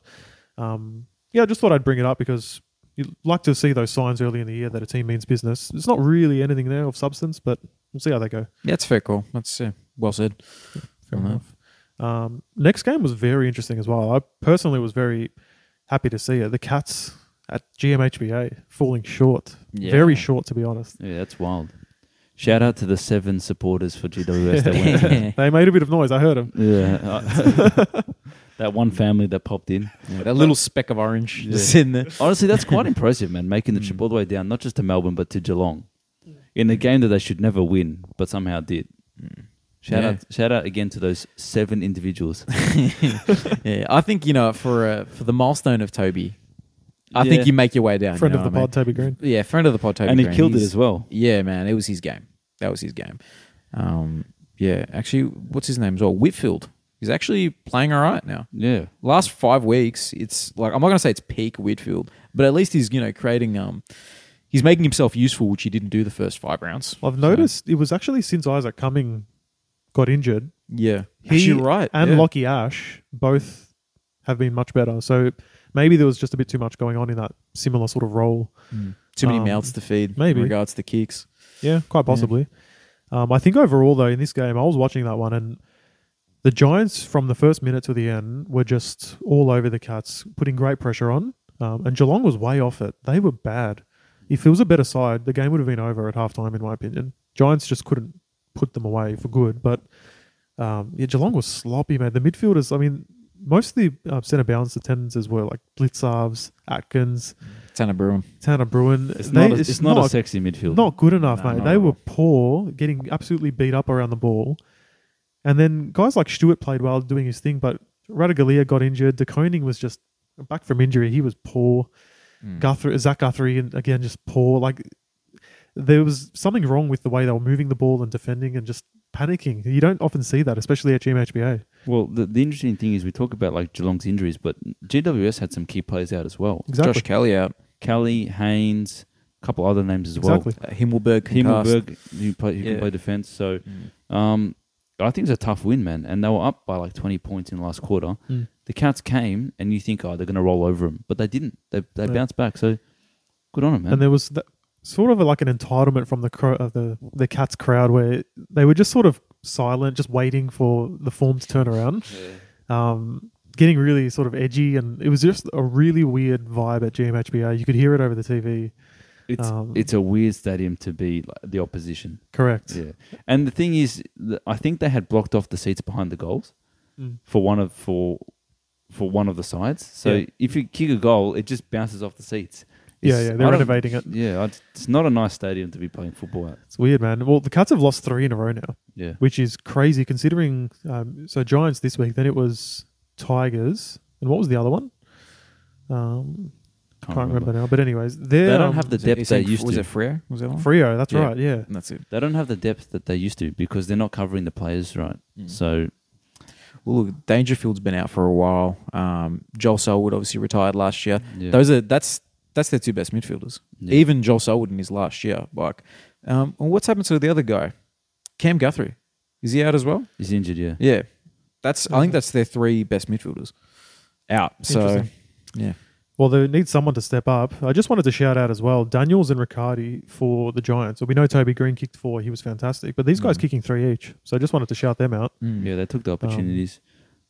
um, yeah, I just thought I'd bring it up because you'd like to see those signs early in the year that a team means business. It's not really anything there of substance, but we'll see how they go.
Yeah, it's fair call. That's uh, well said.
Fair
Mhm.
enough. Mm-hmm. Um, next game was very interesting as well. I personally was very happy to see it. The Cats at GMHBA falling short,
Yeah.
very short to be honest.
Yeah, that's wild. Shout out to the seven supporters for GWS that went. to-
yeah,
They made a bit of noise. I heard them.
*laughs* Yeah, I- that one family that popped in.
that little speck of orange that's in there.
Honestly, that's quite impressive, man. Making the trip all the way down, not just to Melbourne but to Geelong, in a game that they should never win, but somehow did. Mm. Shout
Yeah.
out! Shout out again to those seven individuals.
*laughs* Yeah, I think you know for uh, for the milestone of Toby, I think
Yeah.
you make your way down. you
Friend
know
of the
what I mean?
pod, Toby Green.
Yeah, friend of the pod, Toby.
and he
Green.
killed it
He's-
as well.
Yeah, man, it was his game. That was his game. Um, yeah, actually, what's his name as well? Whitfield. He's actually playing all right now.
Yeah.
Last five weeks, it's like I'm not gonna say it's peak Whitfield, but at least he's you know creating um, he's making himself useful, which he didn't do the first five rounds.
I've noticed it was actually since Isaac Cumming got injured,
Yeah,
he
actually, right.
and
yeah.
Lockie Ash both have been much better. So maybe there was just a bit too much going on in that similar sort of role.
Too many
Um,
mouths to feed.
maybe.
in regards to kicks.
Yeah, quite possibly. Um, I think overall, though, in this game, I was watching that one, and the Giants from the first minute to the end were just all over the Cats, putting great pressure on. Um, and Geelong was way off it. They were bad. If it was a better side, the game would have been over at halftime, in my opinion. Giants just couldn't put them away for good. But um, yeah, Geelong was sloppy, man. The midfielders, I mean, most of the uh, centre bounce attendances were like Blitzarves, Atkins,
Tanner Bruin.
Tanner Bruin.
It's
They-
not. A, it's, not, a sexy midfield.
not good enough,
No,
mate.
not
They
at
were
all.
poor, getting absolutely beat up around the ball. And then guys like Stewart played well, doing his thing, but Radagalia got injured. De Koning was just back from injury. He was poor.
Hmm.
Guthrie, Zach Guthrie, and again, just poor. Like there was something wrong with the way they were moving the ball and defending and just panicking. You don't often see that, especially at Team HBA.
Well, the, the interesting thing is we talk about like Geelong's injuries, but GWS had some key players out as well.
Exactly.
Josh Kelly out.
Kelly, Haynes, a couple other names as
Exactly.
well.
Uh, Himmelberg. Himmelberg.
Himmelberg, who, play, who can
Yeah.
play defense. So um, I think it's a tough win, man. And they were up by like 20 points in the last quarter.
Mm.
The Cats came, and you think, oh, they're going to roll over them. But they didn't. They, they
Yeah.
bounced back. So good on them, man.
And there was that, sort of like an entitlement from the cro- of the the Cats crowd where they were just sort of silent, just waiting for the form to turn around. Um, getting really sort of edgy, and it was just a really weird vibe at GMHBA. You could hear it over the TV.
it's,
um,
it's a weird stadium to be like, the opposition.
Correct.
Yeah, and the thing is, th- I think they had blocked off the seats behind the goals
Mm.
for one of for for one of the sides. So
Yeah.
if you kick a goal, it just bounces off the seats.
Yeah,
It's-
yeah, they're
I don't-
renovating it.
Yeah, I- it's not a nice stadium to be playing football at.
It's weird, man. Well, the Cats have lost three in a row now,
Yeah,
which is crazy considering. Um, so Giants this week, then it was Tigers, and what was the other one? Um, can't, remember. now. But anyways, they're,
They don't
um,
have the
Was it-
depth
you
they
saying-
used
was
to.
it Freo? Was that one?
Frio. That's
Yeah.
right. Yeah.
And That's it.
They don't have the depth that they used to because they're not covering the players right.
Mm.
So
Well, look, Dangerfield's been out for a while. Um, Joel Selwood obviously retired last year.
Yeah.
Those are that's that's their two best midfielders.
Yeah.
Even Joel Selwood in his last year. Like, um, well, what's happened to the other guy, Cam Guthrie? Is he out as well?
he's injured. Yeah,
Yeah, that's. I think that's their three best midfielders out. So,
Interesting.
yeah,
Well, they need someone to step up. I just wanted to shout out as well Daniels and Riccardi for the Giants. So we know Toby Green kicked four. He was fantastic. But these guys
Mm.
kicking three each. So I just wanted to shout them out.
yeah, they
Um,
took the opportunities.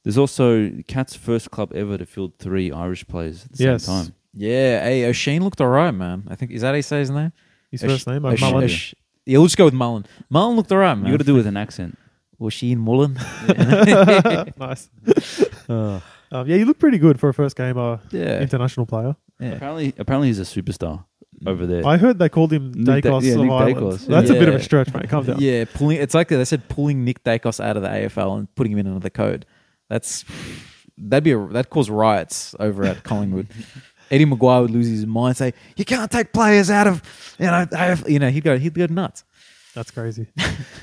There's also Cats' first club ever to field three Irish players at the
Yes.
same time.
yeah. Hey, O'Sheen looked all right, man. I think is that how you say his name?
His
O'Sh-
first name, uh,
O'Sh-
Mullen.
O'Sh- yeah, we'll just go with Mullen. Mullen looked all right, man.
You got to do it with an accent.
O'Sheen Mullen.
*laughs*
*laughs*
nice. Um, yeah, you look pretty good for a first gamer
*laughs* Yeah.
international player.
yeah.
Apparently, apparently he's a superstar over there.
I heard they called him
Nick Da-
Dacos
yeah,
of
Nick
Ireland.
Dacos, yeah.
That's a bit of a
Yeah.
stretch, mate. Calm down.
Yeah, pulling. It's like they said, pulling Nick Dacos out of the AFL and putting him in another code. That's that'd be a, that cause riots over
*laughs*
at Collingwood. Eddie McGuire would lose his mind, say, "You can't take players out of you know AFL." You know, he'd go he'd go nuts.
That's crazy. *laughs*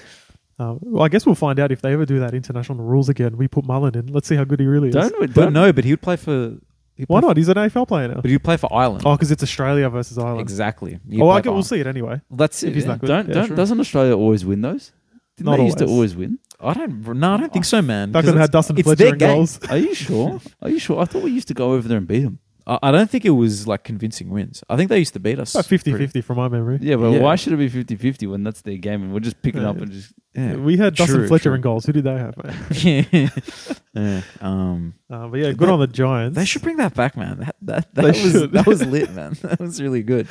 um, well, I guess we'll find out if they ever do that international rules again. We put Mullen in. Let's see how good he really is.
Don't, we-
But
don't
no, but he would play for. He'd
Why
play
not? He's an AFL player now.
But he'd play for Ireland.
Oh, because it's Australia versus Ireland.
exactly. He'd
Oh,
play
I
for
can, we'll
Ireland.
see it anyway.
Well, that's it.
If he's
yeah.
that good.
Don't,
Yeah,
don't,
sure.
doesn't Australia always win those? Didn't
Not
they used to
always.
always win?
I don't. No, I don't think so, man.
Back
'cause
when they
it's-
had Dustin
it's
Fletcher
their
and
game.
goals. *laughs*
Are you sure? Are you sure? I thought we used to go over there and beat them.
I, I don't think it was like convincing wins. I think they used to beat us.
About 50 50 from my memory.
Yeah, but
Yeah.
why should it be 50 50 when that's their game and we're just picking
Yeah.
up and just.
Yeah.
We had Dustin
True,
Fletcher
true.
in goals. Who did they have, mate?
*laughs*
*laughs*
yeah. Um,
Uh, but yeah, good
They-
on the Giants.
they should bring that back, man. That that,
They
that was
should.
that was lit, man. *laughs* That was really good.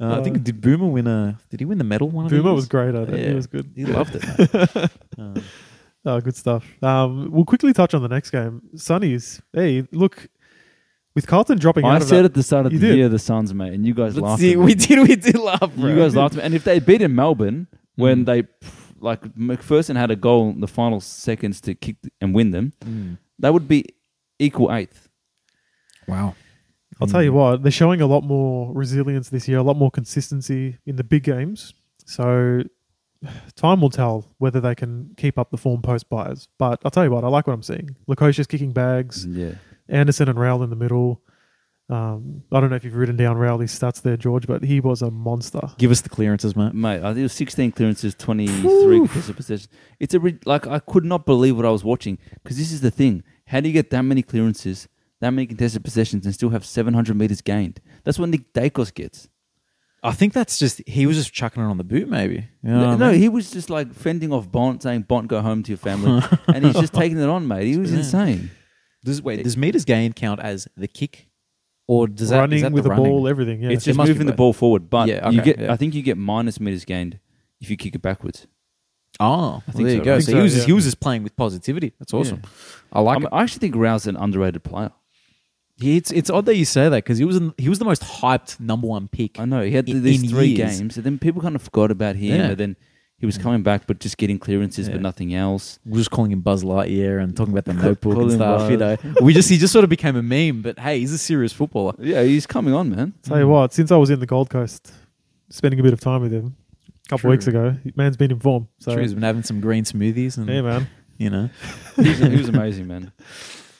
Uh, I
Uh,
think did Boomer win a? Did he win the medal? One. of
Boomer
these?
was great at it. He
Yeah.
was good.
He
*laughs*
loved it. Man.
Oh, good stuff. Um, we'll quickly touch on the next game. Sunnies. Hey, look, with Carlton dropping
I
out of
said
that-
at the start of
You
the
did.
year, the Suns, mate, and you guys
Let's
laughed.
see,
at
we
me.
did. We did laugh, bro.
you guys laughed. at me. And if they beat in Melbourne
Mm.
when they. Like McPherson had a goal in the final seconds to kick and win them,
Mm.
that would be equal eighth.
Wow.
I'll tell you what, they're showing a lot more resilience this year, a lot more consistency in the big games. So time will tell whether they can keep up the form post buyers. But I'll tell you what, I like what I'm seeing. Lukosia's kicking bags,
Yeah.
Anderson and Rowell in the middle. Um, I don't know if you've written down Rowley's stats there, George, but he was a monster.
Give us the clearances, mate.
Mate, I think it was 16 clearances, 23 contested possessions. It's a re- like I could not believe what I was watching because this is the thing. How do you get that many clearances, that many contested possessions, and still have 700 meters gained? That's what Nick Dacos gets.
I think that's just he was just chucking it on the boot, maybe. You know what I
no,
mean?
he was just like fending off Bont, saying Bont, go home to your family, *laughs* and he's just taking it on, mate. He was insane.
Does, wait, does meters gained count as the kick Or does that,
running
is that
with
the
the,
running?
ball, everything. Yeah.
It's
It
just
must be
moving the
both.
ball forward, but
Yeah,
you
okay,
get
yeah.
I think you get minus meters gained if you kick it backwards.
Oh,
think
there you
so,
go.
right?
So,
I think
he, was
so,
just,
yeah.
he was just playing with positivity. That's awesome. I like
I'm-
it.
I actually think Rao's an underrated player.
He- It's it's odd that you say that because he was in, he was the most hyped number one pick.
I know he had
i-
these
in
three
years.
games, and then people kind of forgot about him,
Yeah.
and then he was coming back, but just getting clearances,
Yeah.
but nothing else.
We're just calling him Buzz Lightyear and talking about the notebook
call
and
him
stuff. You know,
Buzz.
we just he just sort of became a meme. But hey, he's a serious footballer.
Yeah, he's coming on,
*laughs*
man.
Tell you what, since I was in the Gold Coast, spending a bit of time with him a couple
True.
weeks ago, man's been in form. So,
Sure, he's been having some green smoothies and
yeah,
*laughs*
man.
you know,
He was, he was amazing, man.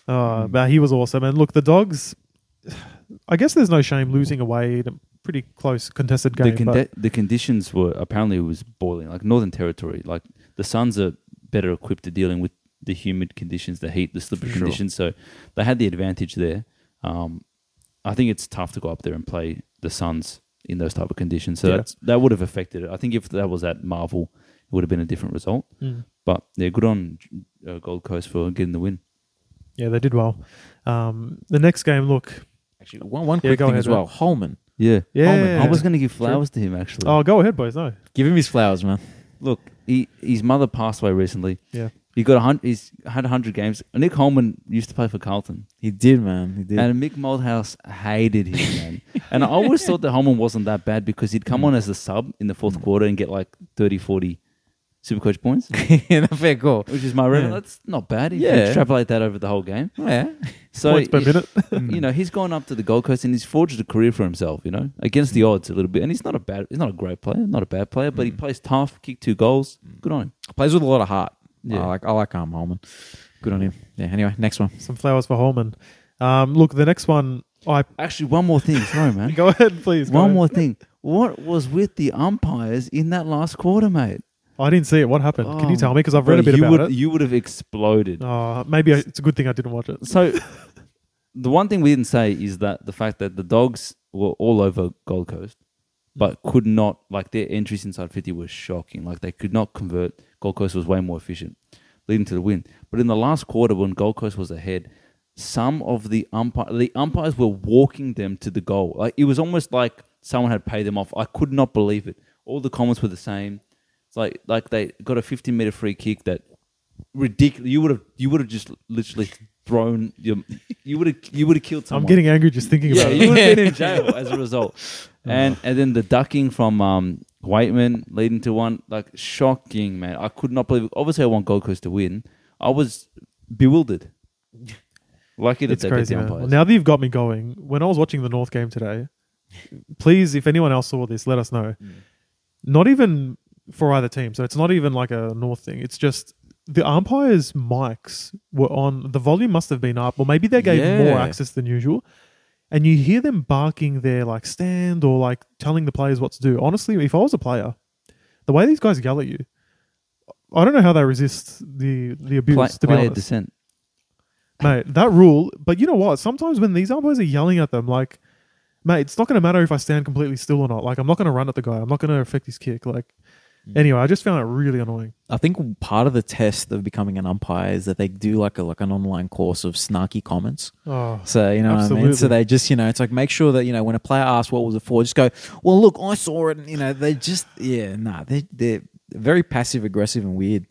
Uh,
Hmm.
but he was awesome. And look, the dogs. I guess there's no shame losing away in a pretty close contested
*laughs* The,
game. but
conde- the conditions were apparently it was boiling, like Northern Territory. Like the Suns are better equipped to dealing with the humid conditions, the heat, the slippery
Sure.
conditions. So they had the advantage there. Um, I think it's tough to go up there and play the Suns in those type of conditions. So
Yeah.
that's, that would have affected it. I think if that was at Marvel, it would have been a different result.
Mm.
But yeah, good on uh, Gold Coast for getting the win.
yeah, they did well. Um, the next game, look.
actually one one
Yeah,
quick
go
thing
ahead,
as well. Holman,
Yeah.
Oh,
Yeah.
I was going to give flowers to him, actually.
Oh, go ahead, boys. No.
give him his flowers, man.
Look, he, his mother passed away recently.
Yeah.
He got a hundred. He's had a hundred games. Nick Holman used to play for Carlton,
He did, man. He did. *laughs*
and Mick Moldhouse hated
*laughs*
him, man. and I always thought that Holman wasn't that bad because he'd
Mm.
come on as a sub in the fourth quarter and get like 30, 40 Supercoach points,
yeah, fair call.
*laughs*
which is my revenue.
Yeah.
That's not bad. If you
Yeah.
extrapolate that over the whole game.
Yeah,
So
Points per
he-
minute.
you know, he's gone up to the Gold Coast and he's forged a career for himself. You know, against
Mm.
the odds a little bit, and he's not a bad, he's not a great player, not a bad player, but he plays tough, kicked two goals.
Mm.
Good on him.
plays with a lot of heart.
Yeah.
I like I like um, Holman. Good on him. Yeah. Anyway, next one.
Some flowers for Holman. Um, look, the next one. I *laughs*
Actually, one more thing. Sorry, man.
go ahead, please. go
One
ahead.
more thing. What was with the umpires in that last quarter, mate?
I didn't see it. What happened? Can you
Oh,
tell me? Because I've read a
Bro,
bit
you
about
would,
it.
You would have exploded.
Oh, maybe I, it's a good thing I didn't watch it.
So, *laughs* the one thing we didn't say is that the fact that the dogs were all over Gold Coast, but could not, like, their entries inside 50 were shocking. Like, they could not convert. Gold Coast was way more efficient, leading to the win. But in the last quarter, when Gold Coast was ahead, some of the umpire, the umpires were walking them to the goal. Like, it was almost like someone had paid them off. I could not believe it. All the comments were the same. It's like, like they got a 15 meter free kick that ridiculous. You would have you would have just literally thrown your you would have you would have killed someone.
I'm getting angry just thinking
yeah,
about
you
it.
would
*laughs*
have been in jail as a result. And and then the ducking from um Waitman leading to one like shocking man. I could not believe. It. Obviously, I want Gold Coast to win. I was bewildered. Lucky that
It's
they
crazy.
beat the
Man.
umpires.
Now that you've got me going, when I was watching the North game today, please, if anyone else saw this, let us know.
Mm.
Not even for either team. So it's not even like a North thing. It's just the umpires' mics were on. The volume must have been up, or maybe they gave more
Yeah.
access than usual. And you hear them barking their like stand or like telling the players what to do. Honestly, if I was a player, the way these guys yell at you, I don't know how they resist the the abuse.
Pla-
to be
player
honest,
descent.
mate, that rule. But you know what? Sometimes when these umpires are yelling at them, like, mate, it's not going to matter if I stand completely still or not. Like, I'm not going to run at the guy. I'm not going to affect his kick. Like,
Mm.
anyway, I just found it really annoying.
I think part of the test of becoming an umpire is that they do like a like an online course of snarky comments.
Oh,
So you know what I mean. So
Absolutely.
they just you know it's like make sure that you know when a player asks what was it for, just go. Well, look, I saw it. And, you know they just yeah nah they they're very passive aggressive and weird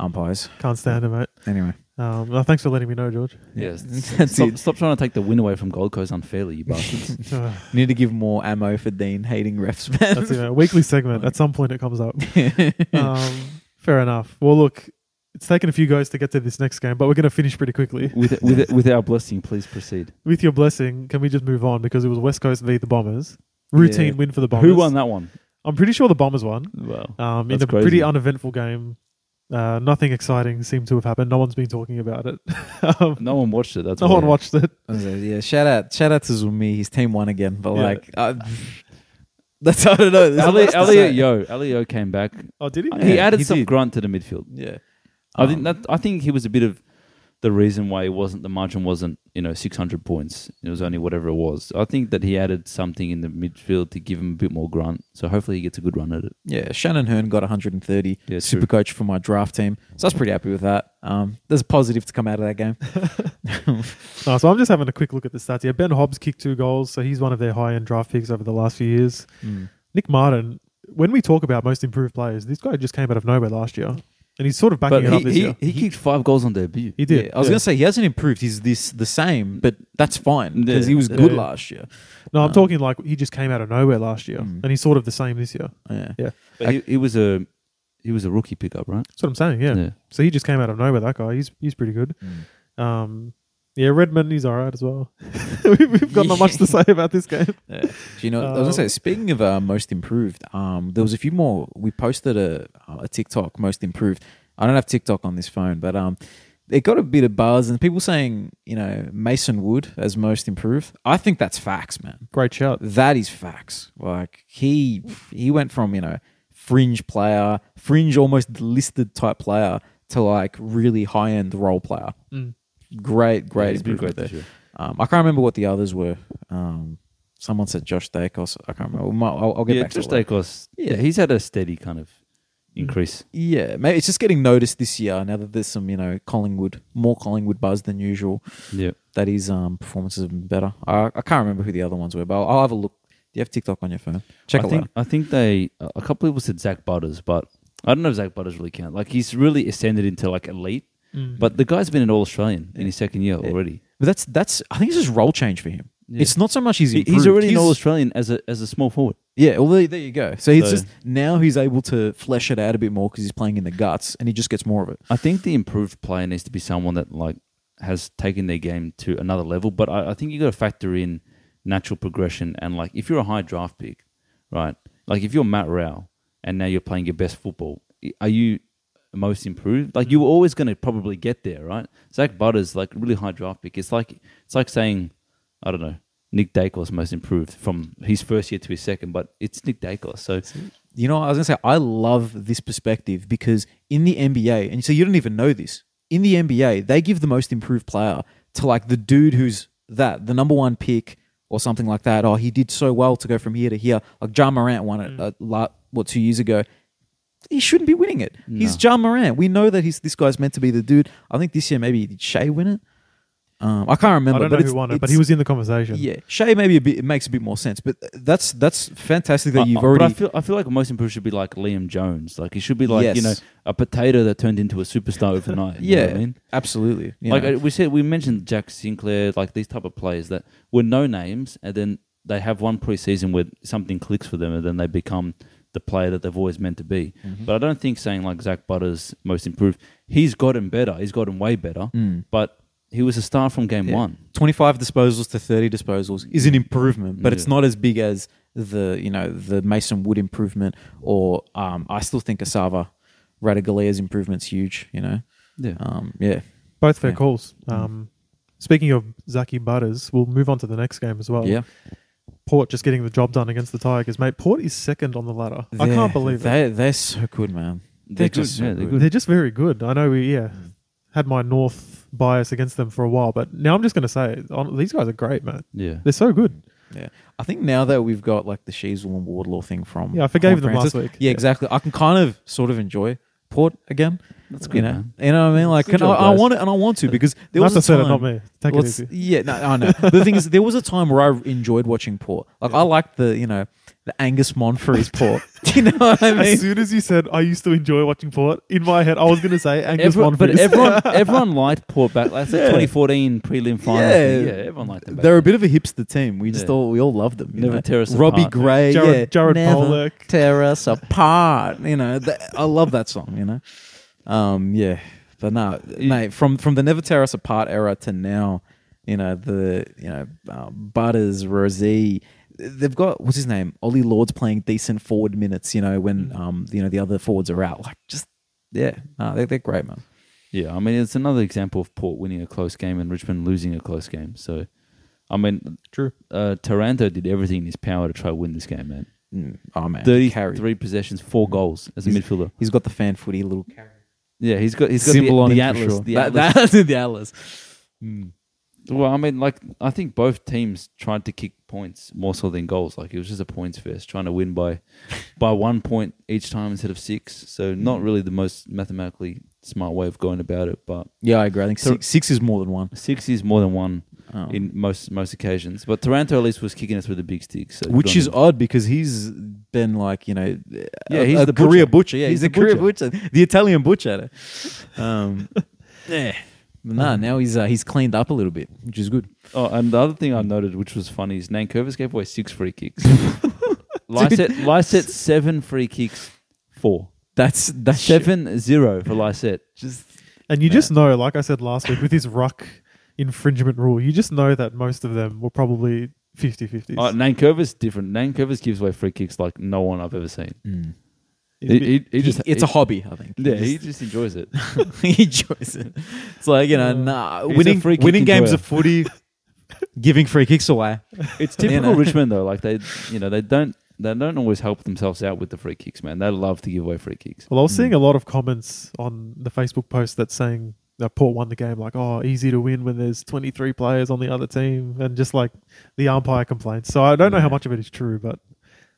umpires.
can't stand it, mate.
Anyway,
Um, well, thanks for letting me know,
*laughs*
George.
Yes.
*laughs*
That's
Stop,
it.
stop trying to take the win away from Gold Coast unfairly, you
*laughs*
bastards.
Uh,
need to give more ammo for Dean hating refs, *laughs* man.
that's it. A weekly segment. At some point, it comes
*laughs*
up. Um, fair enough. Well, look, it's taken a few goes to get to this next game, but we're going to finish pretty quickly.
with, with with our blessing, please proceed.
With your blessing, can we just move on because it was West Coast v the Bombers. Routine
Yeah.
win for the Bombers.
Who won that one?
I'm pretty sure the Bombers won.
Well,
um, in
That's
a
crazy.
pretty uneventful game. Uh, nothing exciting seemed to have happened. No one's been talking about it. *laughs* um,
no one watched it. That's
no
why.
one watched it.
I was like, yeah, shout out, shout out to Zumi. His team won again, but
Yeah.
like, I, *laughs* that's I don't know. There's not
Elliot,
much to
Elliot
say.
Yo, Elliot Yo came back.
Oh, did he?
he
Yeah,
added
he
some
did.
grunt to the midfield.
Um,
yeah,
I think that I think he was a bit of the reason why it wasn't the margin wasn't you know 600 points. It was only whatever it was. I think that he added something in the midfield to give him a bit more grunt. So hopefully he gets a good run at it.
Yeah, Shannon Hearn got 130
Yeah, true.
super coach for my draft team. So I was pretty happy with that. Um, there's a positive to come out of that game.
No, so I'm just having a quick look at the stats here. Ben Hobbs kicked two goals, so he's one of their high end draft picks over the last few years. Nick Martin, when we talk about most improved players, this guy just came out of nowhere last year, and he's sort of backing
But
it up
he,
this
he,
year.
he kicked five goals on debut.
He did.
Yeah, I was
yeah.
going to say he hasn't improved. He's this the same, but that's fine because
Yeah.
he was good
Yeah.
last year.
No, I'm talking like he just came out of nowhere last year, and he's sort of the same this year.
Yeah.
Yeah,
But he, he was a he was a rookie pickup, right?
that's what I'm saying. Yeah.
Yeah.
So he just came out of nowhere. That guy, he's he's pretty good. Um, yeah, Redmond, he's all right as well. *laughs* we've, we've got not much to say about this
*laughs*
game.
Do you know, I was gonna
Uh,
say. Speaking of uh, most improved, um, there was a few more. We posted a uh, a TikTok most improved. I don't have TikTok on this phone, but um, it got a bit of buzz and people saying you know Mason Wood as most improved. I think that's facts, man.
Great shout.
That is facts. Like he he went from you know fringe player, fringe almost listed type player to like really high end role player. Great, great,
he's been
improvement
great this
there.
year.
Um, I can't remember what the others were. Um, someone said Josh Dacos. I can't remember. We might- I'll, I'll get
yeah,
back
just
to it.
Dacos.
Yeah.
Yeah, he's had a steady kind of increase.
Yeah, maybe it's just getting noticed this year now that there's some you know Collingwood more Collingwood buzz than usual.
Mm.
Yeah.
That his um, performances have been better. I, I can't remember who the other ones were, but I'll, I'll have a look. Do you have TikTok on your phone? Check
I
it
think
out.
I think they a a couple people said Zach Butters, but I don't know if Zach Butters really count. Like he's really ascended into like elite, but the guy's been an All Australian in his second year already.
But that's that's. I think it's just role change for him. It's not so much he's
He-
improved.
he's already an
he's-
All Australian as a as a small forward.
Yeah, well, there, there you go. So he's
So-
just now he's able to flesh it out a bit more because he's playing in the guts and he just gets more of it.
I think the improved player needs to be someone that like has taken their game to another level. But I, I think you got to factor in natural progression and like if you're a high draft pick, right? Like if you're Matt Rao and now you're playing your best football, i- are you most improved? Like you were always going to probably get there, right? Zach Butters like really high draft pick. It's like it's like saying I don't know. Nick Dacos most improved from his first year to his second, but it's Nick Dacos. So
You know, I was gonna say I love this perspective because in the NBA, and so you don't even know this. In the NBA, they give the most improved player to like the dude who's that the number one pick or something like that. Oh, he did so well to go from here to here. Like John Morant won
Mm.
it uh, la what two years ago. He shouldn't be winning it. He's John Morant. We know that he's this guy's meant to be the dude. I think this year maybe did Shea win it. Um, I can't remember.
I don't
but
know
it's-
who won it, but
it's-
he was in the conversation.
Yeah, Shea maybe a bit, it makes a bit more sense, but that's that's fantastic that
I-
you've
I-
already.
But I feel I feel like most improved should be like Liam Jones. Like he should be like you know
Yes.
a potato that turned into a superstar overnight. you know
Yeah,
what I mean,
absolutely. you
like
know.
uh, we said, we mentioned Jack Sinclair, like these type of players that were no names, and then they have one preseason where something clicks for them, and then they become the player that they've always meant to be.
Mm-hmm.
Mm-hmm.
But I don't think saying like Zach Butters most improved, he's gotten better. He's gotten way better,
Mm.
but he was a star from game
Mm. Yeah.
one.
25 disposals to 30 disposals is an improvement, but it's not as big as the, you know, the Mason Wood improvement or um, I still think Asava Radagalia's improvement's huge, you know.
Yeah.
Um, yeah.
Both fair
Yeah. Mm.
calls. Um, Speaking of Zaki Butters, we'll move on to the next game as well.
yeah.
Port just getting the job done against the Tigers, mate. Port is second on the ladder. I
They're-
can't believe it.
they They're so good, man.
They're good,
just so
yeah, they're
They're just very good. I know we yeah
Mm.
had my North bias against them for a while, but now I'm just going to say it. Hon- these guys are great, man.
Yeah,
They're so good.
Yeah. I think now that we've got like the Sheasel and Wardlaw thing from.
Yeah, I forgave
from
them last week.
Yeah,
Yeah.
exactly. I can kind of sort of enjoy Port again. That's
good,
You know,
man.
you know what I mean? Like,
Good
can, I,
job,
I
guys.
want it and I want
*laughs*
to because there was
That's
a
said it,
time-
not me. Take
Well, it's-
it easy.
*laughs* Yeah, no, I know. the thing is, there was a time where I enjoyed watching Port. Like, I liked the, you know, the Angus Monfrey's Port. *laughs* Do you know
*laughs*
what
*laughs*
I
As
mean?
soon as you said I used to enjoy watching Port, in my head I was going to say Angus
Everyone, but
Monfils.
*laughs*
everyone, everyone liked Port back. That's the 2014 prelim final. Yeah.
Yeah.
yeah, everyone liked them. Back
They're a bit of a hipster team. We just
Yeah.
all we all loved them. you
Never
know?
tear us
Robbie
apart.
Gray,
Jared-
yeah,
Jared
never
Pollock.
tear us apart. You know, th- I love that song. You know, um, yeah, but no, mate, from from the never tear us apart era to now, you know the you know uh, Butters, Rosie. They've got what's his name, Ollie Lord's playing decent forward minutes. You know when
Mm.
um you know the other forwards are out. Like just yeah, no, they're, they're great, man.
Yeah, I mean it's another example of Port winning a close game and Richmond losing a close game. So, I mean,
True.
uh, Taranto did everything in his power to try to win this game, man.
Mm, Oh man, carry.
Thirty-three possessions, four goals as a
He's-
midfielder.
He's got the fan footy little carry.
Yeah, he's got he's got
Symbol
the,
on
the
him for
atlas.
sure.
The
That-
atlas. *laughs*
that- the atlas.
Well, I mean, like I think both teams tried to kick points more so than goals. Like it was just a points fest, trying to win *laughs* by by one point each time instead of six. So not really the most mathematically smart way of going about it, but
Yeah, I agree. I think
So-
six, six is more than one.
six is more than one
Oh.
in most most occasions. But Taranto at least was kicking it through the big stick, so
Which
good on
is
him.
odd because he's been like you know,
Yeah,
a,
he's
a
the
career
butcher.
butcher. Yeah, he's,
He's
a
the
career butcher, the Italian butcher.
*laughs*
Um, yeah, but nah, now he's uh, he's cleaned up a little bit, which is good.
Oh, and the other thing I noted, which was funny, is Nankervis gave away six free *laughs* kicks. *laughs* Lyset Lyset seven free kicks, four.
That's that's
Seven zero for Lyset.
Just
And you just know, like I said last week, with his ruck infringement rule, you just know that most of them were probably 50 50s.
Uh, Nankervis different. Nankervis gives away free kicks like no one I've ever seen. He,
It'd be-
Mm. he- he just
it's
he-
a hobby, I think.
yeah. He just enjoys it.
*laughs* he enjoys it. It's like you know, nah,
Uh, He's a
winning
free kick
winning games
enjoyer.
of
*laughs*
footy, giving free kicks away.
It's typical
know.
Richmond though. Like they, you know, they don't they don't always help themselves out with the free kicks. Man, they love to give away free kicks.
well, I was seeing a lot of comments on the Facebook post that's saying that Port won the game, like, oh, easy to win when there's 23 players on the other team, and just like the umpire complaints. So I don't know how much of it is true, but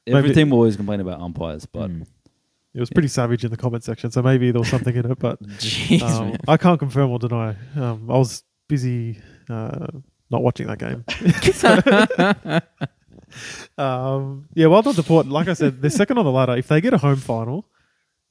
Every
Maybe-
team will always complain about umpires, but
Hmm.
it was pretty savage in the comment section. So maybe there was something in it, but
*laughs* Jeez,
um,
man.
I can't confirm or deny. Um, I was busy uh, not watching that game. um, yeah, well done to Port. Like I said, they're second on the ladder. If they get a home final,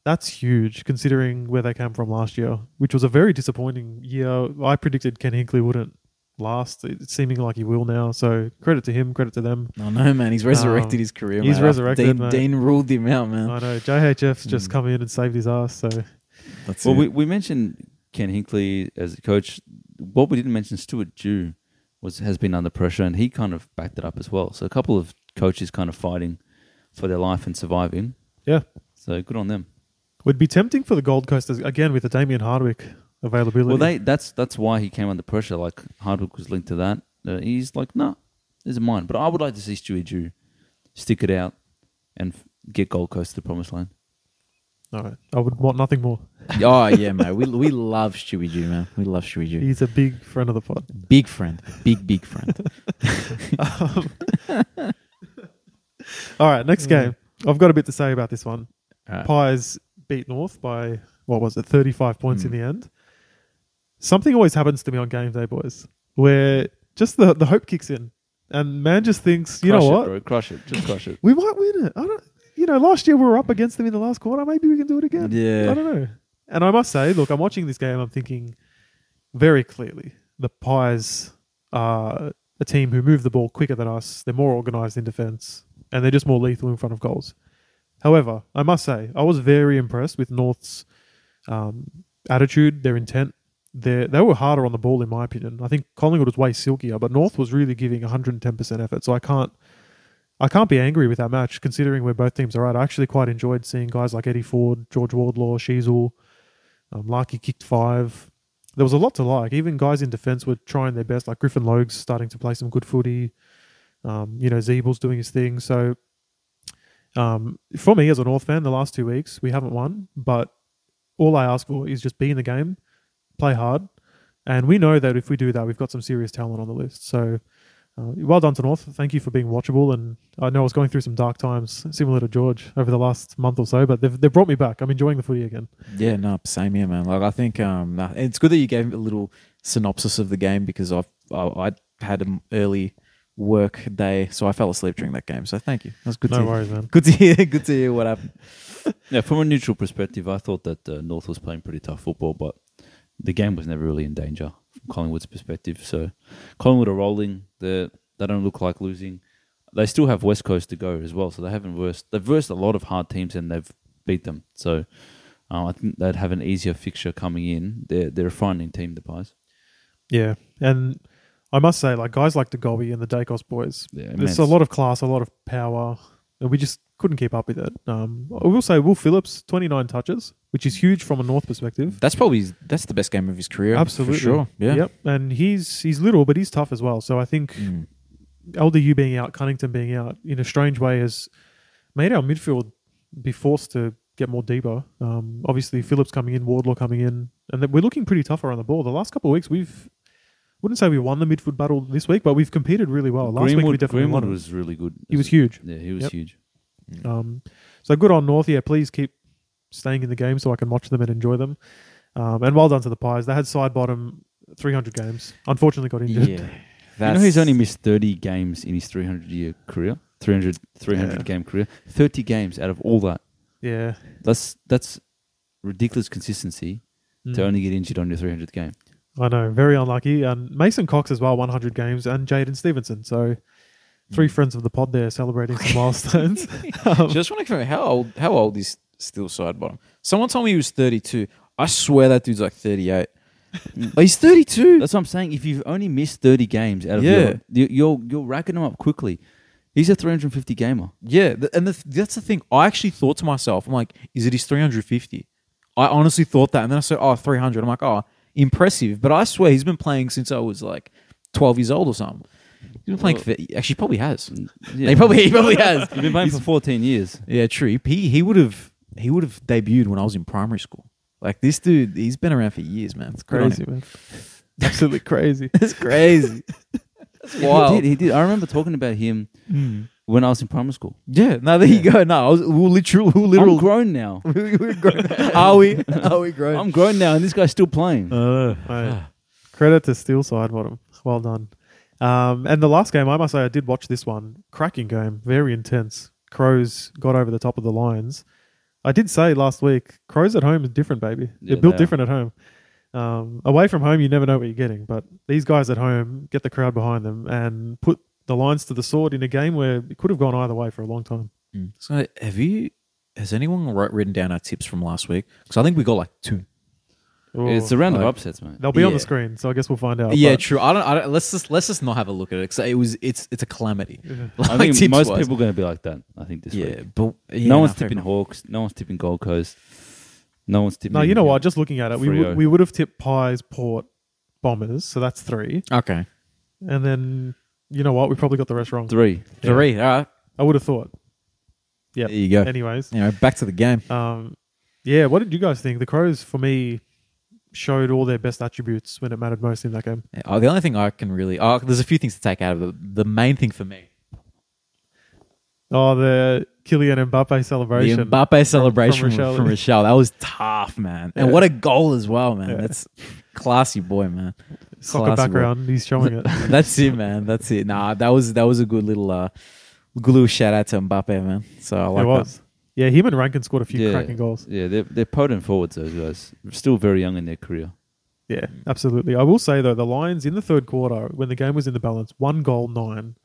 that's huge considering where they came from last year, which was a very disappointing year. I predicted Ken Hinkley wouldn't last. It's seeming like he will now. So credit to him, credit to them.
I know, man. He's resurrected
Um,
his career.
he's
mate. After
resurrected,
Dean,
mate.
Dean ruled him out, man.
I know JHF's just come in and saved his ass. So
That's
Well,
it.
we, we mentioned Ken Hinkley as a coach. What we didn't mention, Stuart Jew was has been under pressure, and he kind of backed it up as well. So a couple of coaches kind of fighting for their life and surviving.
yeah,
So good on them.
would be tempting for the Gold Coast as- again with the Damien Hardwick availability.
Well, they that's that's why he came under pressure. Like Hardwick was linked to that. Uh, he's like, nah, this is mine. But I would like to see Stuart Jew stick it out and f- get Gold Coast to the promised land.
All right. I would want nothing more.
oh yeah, mate. We we love Stewie Jew, man. We love Stewie Jew.
He's a big friend of the pod.
Big friend, big
*laughs*
big friend.
All right, next game. I've got a bit to say about this one.
Uh,
Alright.
Pies beat North by what was it, thirty-five points in
Hmm.
the end. Something always happens to me on game day, boys, where just the, the hope kicks in, and man just thinks, you know
Crush it,
what,
bro. Crush it. Just crush it.
we might win it. I don't, you know, last year we were up against them in the last quarter. Maybe we can do it again.
Yeah.
I don't know. And I must say, look, I'm watching this game. I'm thinking very clearly the Pies are a team who move the ball quicker than us. They're more organized in defense, and they're just more lethal in front of goals. However, I must say, I was very impressed with North's um, attitude, their intent. They they were harder on the ball, in my opinion. I think Collingwood was way silkier, but North was really giving 110% effort. So I can't I can't be angry with that match, considering where both teams are at. I actually quite enjoyed seeing guys like Eddie Ford, George Wardlaw, Sheasel. Um, Larky kicked five. There was a lot to like. Even guys in defence were trying their best, like Griffin Logue's starting to play some good footy. Um, you know, Zeeble's doing his thing. So, um, for me as a North fan, the last two weeks we haven't won, but all I ask for is just be in the game, play hard, and we know that if we do that, we've got some serious talent on the list. So, uh, well done to North. Thank you for being watchable. And I know I was going through some dark times, similar to George, over the last month or so, but they've, they've brought me back. I'm enjoying the footy again.
Yeah, no, same here, man. Like I think um, nah, it's good that you gave a little synopsis of the game because I've I, I had an early work day, so I fell asleep during that game. So thank you. That was good.
No
to
worries, man.
Good to hear. *laughs* Good to hear what happened.
Yeah, from a neutral perspective, I thought that uh, North was playing pretty tough football, but the game was never really in danger from Collingwood's perspective. So Collingwood are rolling. They they don't look like losing. They still have West Coast to go as well, so they haven't versed. They've versed a lot of hard teams and they've beat them. So uh, I think they'd have an easier fixture coming in. They're they're a frightening team, the Pies.
Yeah, and I must say, like guys like the Gobi and the Dacos boys,
Yeah,
there's
immense.
a lot of class, a lot of power, and we just couldn't keep up with it. Um, I will say, Will Phillips, 29 touches, which is huge from a North perspective.
That's probably his- that's the best game of his career.
Absolutely,
for sure. Yeah.
Yep. And he's he's little, but he's tough as well. So I think
Mm.
LDU being out, Cunnington being out, in a strange way, has made our midfield be forced to get more deeper. Um, obviously, Phillips coming in, Wardlaw coming in, and that we're looking pretty tougher on the ball. The last couple of weeks, we've wouldn't say we won the midfield battle this week, but we've competed really well. Last week we
Greenwood,
definitely
Greenwood
won. it.
was really good.
He was huge.
Yeah, he was
Yep.
huge.
Um, so good on North. Yeah, please keep staying in the game so I can watch them and enjoy them. Um, and well done to the Pies. They had side bottom 300 games. Unfortunately, got injured.
Yeah.
you know he's only missed 30 games in his 300 year career 300, 300
Yeah.
game career 30 games out of all that
Yeah.
that's that's ridiculous consistency
Mm.
to only get injured on your 300th game
I know, very unlucky. And Mason Cox as well, 100 games, and Jaden Stevenson. So three friends of the pod there celebrating *laughs* some milestones.
Just want to confirm how old how old is still side bottom? Someone told me he was thirty two. I swear that dude's like thirty eight. he's thirty two.
that's what i'm saying if you've only missed 30 games out of
Yeah.
your, you- you're you're racking them up quickly he's a 350
*laughs*
gamer
Yeah, th- and the, th- that's the thing. I actually thought to myself, I'm like, is it his three hundred fifty? I honestly thought that, and then I said, oh, 300. I'm like, oh, impressive. But I swear he's been playing since I was like twelve years old or something. He's been playing. for actually, probably has.
yeah.
He probably he probably has.
you've been playing for 14 years
Yeah, true. He he would have he would have debuted when I was in primary school. Like this dude, he's been around for years, man. It's
crazy, man. Absolutely crazy.
*laughs* That's crazy. That's
he
*laughs* wild. Hmm.
did he did i remember talking about him when i was in primary school
Yeah. No, there you go. No, I was, we were literal. We were
i'm
literal. *laughs*
grown now
we were grown. Are we? Are we grown?
i'm grown now and this guy's still playing
Oh.
Mate, Credit to Steel Side Bottom. Well done. Um, and the last game, I must say, I did watch this one. Cracking game, very intense. Crows got over the top of the Lions. I did say last week, Crows at home is different, baby.
Yeah,
They're built
they are.
different at home. Um, away from home, you never know what you're getting. But these guys at home get the crowd behind them and put the Lions to the sword in a game where it could have gone either way for a long time.
So have you? Has anyone wrote, written down our tips from last week? Because I think we got like two.
it's a round of
Like-
upsets mate
They'll be on
yeah.
the screen, so I guess we'll find out.
yeah,
but-
true. I don't, I don't. Let's just let's just not have a look at it. 'cause it was it's it's a calamity. Like,
I think
tips
most
wise.
people are going to be like that. I think this
Yeah,
week.
but yeah,
no one's
fair
tipping
enough.
Hawks. No one's tipping Gold Coast. No one's tipping.
No, you know what? Just looking at it, we,
Frio.
would we would have tipped Pies, Port, Bombers, so that's three.
Okay.
And then, you know what? We probably got the rest wrong.
three.
Three. All right.
I would have thought. Yeah.
There you go.
Anyways,
Anyway, back to the game.
um, yeah, what did you guys think? The Crows, for me, showed all their best attributes when it mattered most in that game.
Yeah, oh, the only thing I can really, oh, there's a few things to take out of it. The main thing for me,
Oh, the Kylian Mbappe celebration.
the Mbappe celebration from,
Rochelle.
Rochelle. That was tough, man. And what a goal as well, man. That's classy boy, man.
Soccer
Classy boy.
background, he's showing it.
*laughs* That's it, man. That's it. Nah, that was that was a good little, uh, good little shout out to Mbappe, man. So I like
it was. Yeah, him and Rankin scored a few
Yeah,
cracking goals.
Yeah, they're they're potent forwards. Those guys still very young in their career.
Yeah, absolutely. I will say though, the Lions in the third quarter, when the game was in the balance, one goal nine,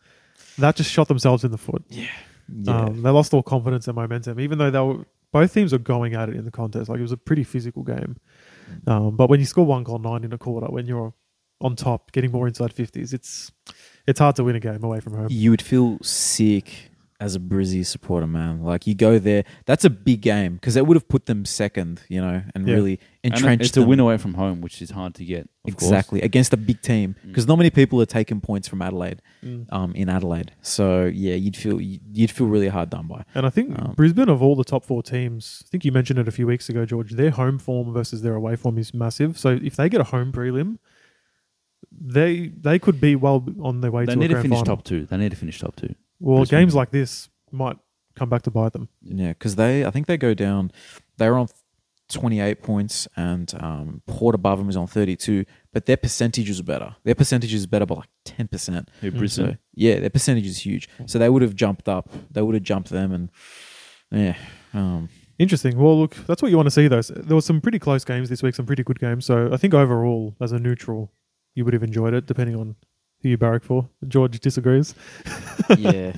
that just shot themselves in the foot.
that. Yeah.
Um, they lost all confidence and momentum, even though they were both teams were going at it in the contest. Like it was a pretty physical game. Um, but when you score one goal nine in a quarter, when you're on top, getting more inside fifties, it's it's hard to win a game away from home.
you would feel sick as a Brizzy supporter, man. Like you go there, that's a big game because that would have put them second, you know, and
Yeah.
really
And
entrenched
it's a
them.
win away from home, which is hard to get. Of course.
Exactly against a big team because not many people are taking points from Adelaide,
Mm.
um, in Adelaide. So yeah, you'd feel you'd feel really hard done by.
And I think
Um,
Brisbane of all the top four teams, I think you mentioned it a few weeks ago, George. Their home form versus their away form is massive. So if they get a home prelim, they they could be well on their way
They
to a
need to
grand
finish
final.
top two. They need to finish top two.
Well,
Brisbane.
games like this might come back to bite them.
Yeah, because they I think they go down. They're on twenty eight points, and um, Port above them is on thirty two, but their percentage is better. Their percentage is better by like ten percent.
Who Brisbane?
So, yeah, their percentage is huge. So they would have jumped up. They would have jumped them, and yeah,
*laughs*
um,
Interesting. Well, look, that's what you want to see, though. So There were some pretty close games this week, some pretty good games. So I think overall, as a neutral, you would have enjoyed it, depending on who you barrack for. George disagrees.
yeah.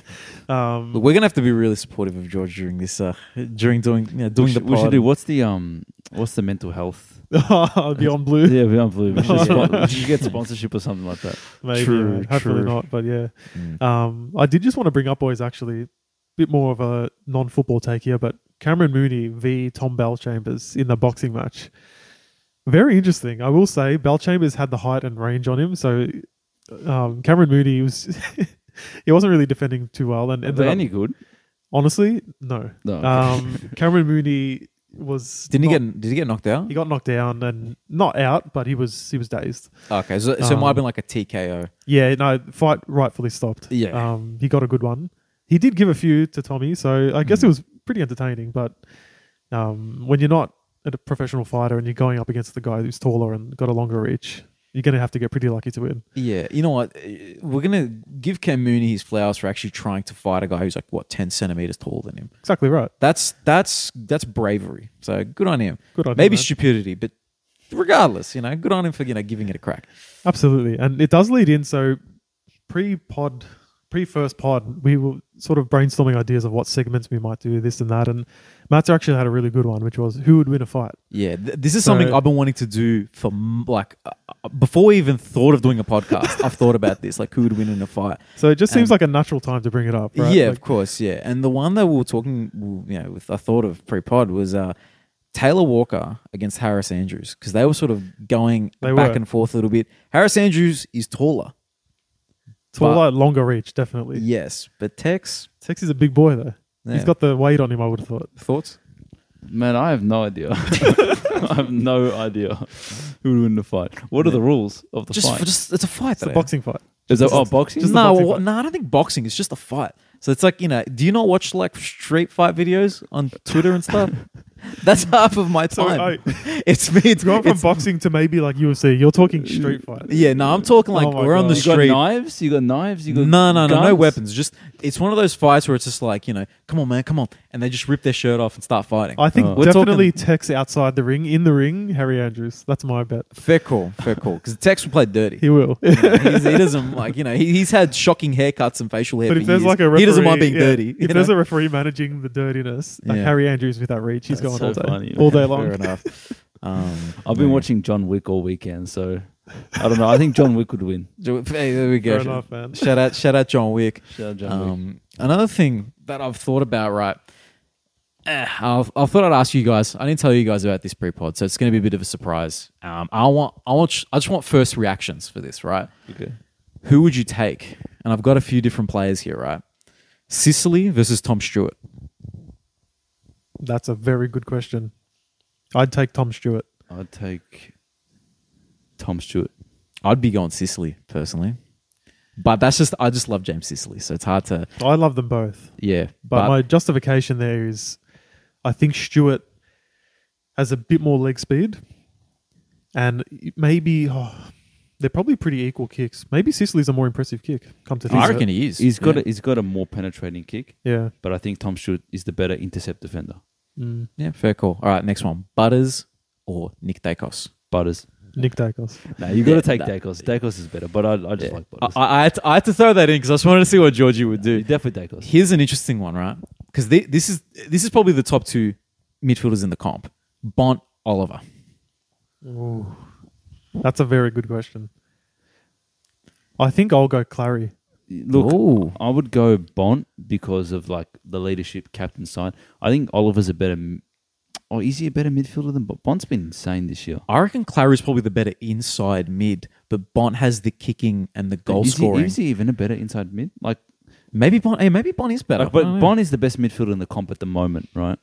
Um,
But we're gonna have to be really supportive of George during this. Uh, during doing you know, doing
we
the
should, we should
pod.
do what's the um what's the mental health?
*laughs* beyond blue,
yeah, we don't *laughs* believe we should, spon- we should get sponsorship or something like that.
maybe.
true,
yeah. Hopefully
true.
not, but yeah.
Mm.
Um, I did just want to bring up, boys, actually, a bit more of a non football take here, but Cameron Mooney v. Tom Bell Chambers in the boxing match. Very interesting. I will say, Bell Chambers had the height and range on him. So um, Cameron Mooney was. *laughs* He wasn't really defending too well, and
Are
ended
they
up,
any good?
Honestly, no.
No, okay.
Um, Cameron Mooney was
Didn't
not-
he get? Did he get knocked out?
he got knocked down and not out, but he was he was dazed.
okay, so, so it might
Um,
have been like a TKO.
Yeah, no, fight rightfully stopped.
Yeah.
Um, he got a good one. He did give a few to Tommy, so I guess it was pretty entertaining. But um, when you're not a professional fighter and you're going up against the guy who's taller and got a longer reach, you're going to have to get pretty lucky to win.
Yeah, you know what? Uh, We're gonna give Cam Mooney his flowers for actually trying to fight a guy who's like what ten centimeters taller than him.
Exactly right.
That's that's that's bravery. So good on him.
Good on him,
Maybe
man.
stupidity, but regardless, you know, good on him for you know giving it a crack.
Absolutely. And it does lead in. So pre pod, pre first pod, we were sort of brainstorming ideas of what segments we might do, this and that. And Matt's actually had a really good one, which was who would win a fight?
Yeah, th- this is
So-
something I've been wanting to do for m- like uh, uh, before we even thought of doing a podcast. I've thought about this, like who would win in a fight.
So it just seems
Um,
like a natural time to bring it up, right?
Yeah,
Like,
of course. Yeah, and the one that we were talking, you know, with I thought of pre-pod was uh, Taylor Walker against Harris Andrews because they were sort of going
They
back
were.
and forth a little bit. Harris Andrews is taller,
taller, longer reach, definitely.
yes, but Tex
Tex is a big boy though. He's
Yeah.
got the weight on him. I would have thought.
thoughts?
Man, I have no *laughs* idea. I have no idea who would win the fight. What are the rules of the
Just,
fight?
just it's a fight.
It's a
though.
boxing fight.
Is that oh boxing?
just the
no,
boxing
well,
fight.
no, I don't think boxing. It's just a fight. So it's like you know. Do you not watch like street fight videos on Twitter and stuff? *laughs* That's half of my
So
time. *laughs*
I-
it's me. It's
It's gone from boxing to maybe like UFC. You're talking street fight.
Yeah, no, I'm talking like
Oh my
we're on
God.
the
you got
street.
knives? You got knives? You got
No, no, no, no
guns?
weapons. Just it's one of those fights where it's just like you know, come on, man, come on, and they just rip their shirt off and start fighting.
I think
Oh.
We're
definitely Tex outside the ring, in the ring, Harry Andrews. That's my bet.
fair call, fair call, because Tex will play
*laughs*
dirty.
He will.
He's- he doesn't like you know he, he's had shocking haircuts and facial hair.
but
for
if there's
years.
like a referee,
he doesn't mind being
yeah,
dirty. you
If there's
know?
a referee managing the dirtiness, like
Yeah.
Harry Andrews with that reach, he's
That's
going
so
all day,
funny,
all
man.
day long.
Fair
*laughs*
enough. Um,
I've been watching John Wick all weekend, so I don't know. I think John Wick would win.
Jo- Hey, there we go.
Fair enough, man.
Shout out, shout out, John Wick.
Shout out John Wick.
Um, another thing that I've thought about, right? eh, I've, I thought I'd ask you guys. I didn't tell you guys about this pre-pod, so it's going to be a bit of a surprise. Um, I want, I want, sh- I just want first reactions for this, right?
Okay.
Who would you take? And I've got a few different players here, right? Sicily versus Tom Stewart.
That's a very good question. I'd take Tom Stewart.
I'd take Tom Stewart.
I'd be going Sicily personally, but that's just I just love James Sicily, so it's hard to,
I love them both.
yeah.
But, my justification there is I think Stewart has a bit more leg speed and maybe oh, they're probably pretty equal kicks. Maybe Sicily's a more impressive kick, come to think
I
of
reckon
it.
he is.
He's got
yeah.
a, he's got a more penetrating kick,
Yeah.
but I think Tom Stewart is the better intercept defender.
Mm.
Yeah, fair call. All right, next one. Butters or Nick Dacos?
Butters.
Nick Dacos.
No, you got to
Yeah,
take
nah.
Dacos. Dacos is better, but I, I just like
I,
Butters.
I, I, had to, I had to throw that in because I just wanted to see what Georgie would do.
Definitely Dacos.
Here's an interesting one, right? Because this is this is probably the top two midfielders in the comp. Bont Oliver.
Ooh. That's a very good question. I think I'll go Clary.
Look,
Ooh.
I would go Bont because of like the leadership captain side. I think Oliver's a better. m- Oh, is he a better midfielder than Bont? Bont's been insane this year.
I reckon Clary is probably the better inside mid, but Bont has the kicking and the goal
is
scoring.
He, is he even a better inside mid? Like,
Maybe Bont. Hey, maybe Bont is better.
like
I don't
but
know.
Bont is the best midfielder in the comp at the moment, right?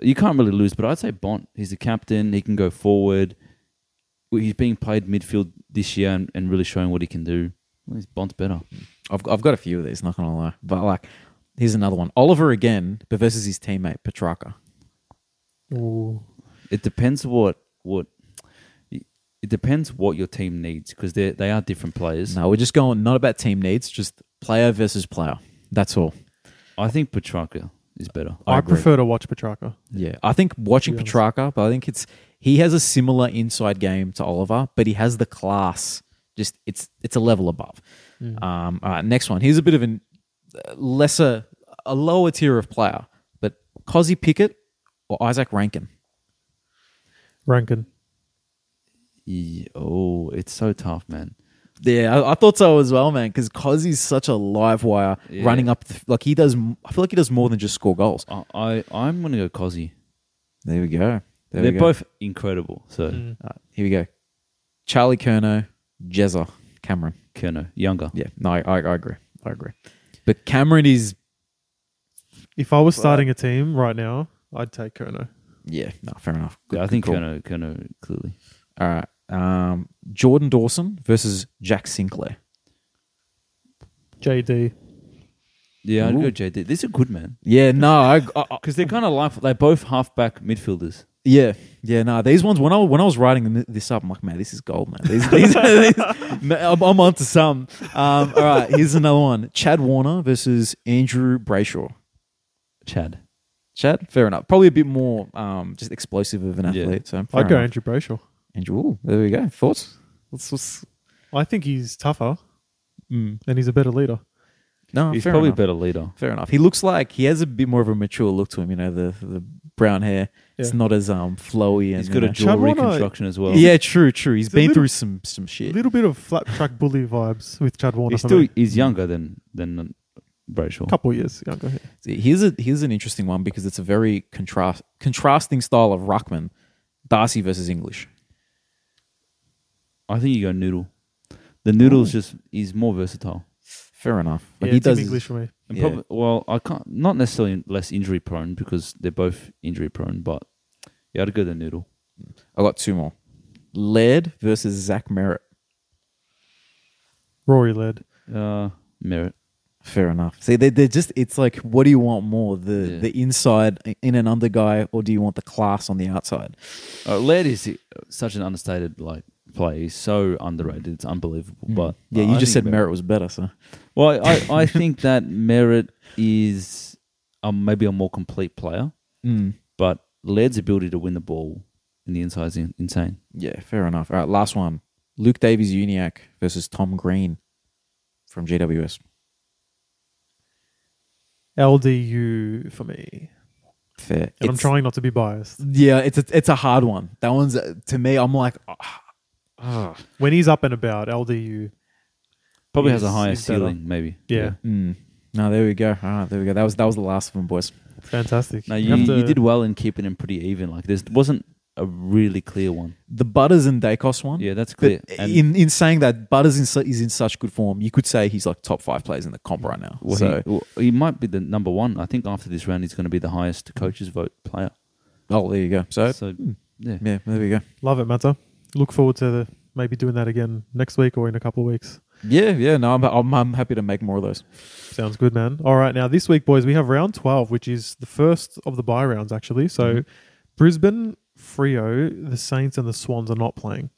You can't really lose, but I'd say Bont. He's the captain. He can go forward. Well, He's being played midfield this year and, and really showing what he can do. Well, he's- Bont's better.
I've I've got a few of these. Not gonna lie, but like here's another one. Oliver again, but versus his teammate Petrarca.
Ooh.
It depends what what. It depends what your team needs because they they are different players.
No, we're just going not about team needs, just player versus player. That's all.
I think Petrarca is better.
I,
I agree.
prefer to watch Petrarca.
Yeah, I think watching
honest.
Petrarca, but I think it's he has a similar inside game to Oliver, but he has the class. Just it's it's a level above. Um, all right, next one. Here's a bit of an uh, lesser, a lower tier of player, but Cozzy Pickett or Isaac Rankin.
Rankin.
Yeah, oh, it's so tough, man.
Yeah, I, I thought so as well, man. Because Cozzy's such a live wire,
Yeah.
running up. The, like he does, m- I feel like he does more than just score goals.
I, I I'm gonna go Cozzy.
There we go.
They're
There we go. Mm.
both incredible. So
All right, here we go. Charlie Kerno, Jezza, Cameron.
Kerno, younger.
Yeah, no, I, I, I agree. I agree. But Cameron is
If I was starting a team right now, I'd take Kerno.
Yeah, no, fair enough.
Yeah, I
Good-
think
good call.
Kerno, Kerno clearly.
All right. Um, Jordan Dawson versus Jack Sinclair.
JD.
Yeah, I'd
Ooh.
go JD. These are good, man.
Yeah, no, I, I, I-
Because they're kind of like, they're both halfback midfielders.
yeah, yeah, no. These ones when I when I was writing th- this up, I'm like, man, this is gold, man. These, these, *laughs* these- man, I'm, I'm onto some. Um, all right, here's another one: Chad Warner versus Andrew Brayshaw.
Chad.
Chad, fair enough. Probably a bit more um, just explosive of an
Yeah.
athlete. So fair
I'd go
enough.
Andrew Brayshaw.
Andrew. Ooh, there we go. Thoughts? Let's, let's,
I think he's tougher and he's a better leader.
no,
He's
Oh, fair
probably
enough.
a better leader.
Fair enough. He looks like he has a bit more of a mature look to him. You know, the the brown hair. It's
Yeah.
not as um flowy. And
He's got
you
a
know-
jaw
Chad Warner-
reconstruction as well.
Yeah, true, true. He's
It's a
been
little-
through some some
A
shit.
little bit of flat track bully vibes with Chad Warner.
He's
for
still
me.
he's younger than than Brayshaw.
a couple years. Yeah, go ahead.
Here's a here's an interesting one because it's a very contrast contrasting style of ruckman. Darcy versus English.
I think you go Noodle. The Noodle's
Oh.
just he's more versatile.
Fair enough. Like
yeah,
he
Team
does.
English for me.
And
Yeah.
probably, well, I can't not necessarily less injury prone because they're both injury prone, but yeah, I'd go the Noodle.
I got two more. Laird versus Zach Merritt.
Rory led.
Uh, Merritt.
Fair enough. See, they're, they're just, it's like, what do you want more? The
Yeah.
the inside, in and under guy, or do you want the class on the outside?
Uh, Laird is such an understated like player. He's so underrated. It's unbelievable. But
Hmm. Yeah,
uh,
you
I
just said
think
Merritt was better, so.
Well, I,
*laughs*
I think that Merritt is um, maybe a more complete player,
Hmm.
but Laird's ability to win the ball in the inside is in- insane.
Yeah, fair enough. All right, last one. Luke Davies Uniac versus Tom Green from GWS.
LDU for me.
Fair.
And I'm
It's-
trying not to be biased.
Yeah, it's a, it's a hard one. That one's uh, to me. I'm like, ah, ah.
When he's up and about, LDU.
Probably
Yes,
has a higher
he's better.
ceiling, maybe.
Yeah,
Mm. no, there we go. All right, there we go. That was that was the last of them, boys.
fantastic.
No,
You
you,
have to-
you did well in keeping them pretty even. Like there wasn't a really clear one.
The Butters and Dacos one.
Yeah, that's clear.
But
And
in in saying that, Butters in, su- is in such good form. You could say he's like top five players in the comp right now.
well, he-
so,
well, he, might be the number one. I think after this round, he's going to be the highest coaches vote player.
oh, there you go. So,
So yeah,
yeah, there we go.
Love it, Matter. Look forward to the, maybe doing that again next week or in a couple of weeks.
Yeah, yeah. No, I'm, I'm I'm happy to make more of those.
Sounds good, man. All right, now this week, boys, we have round 12, which is the first of the bye rounds, actually. So Brisbane, Frio, the Saints, and the Swans are not playing.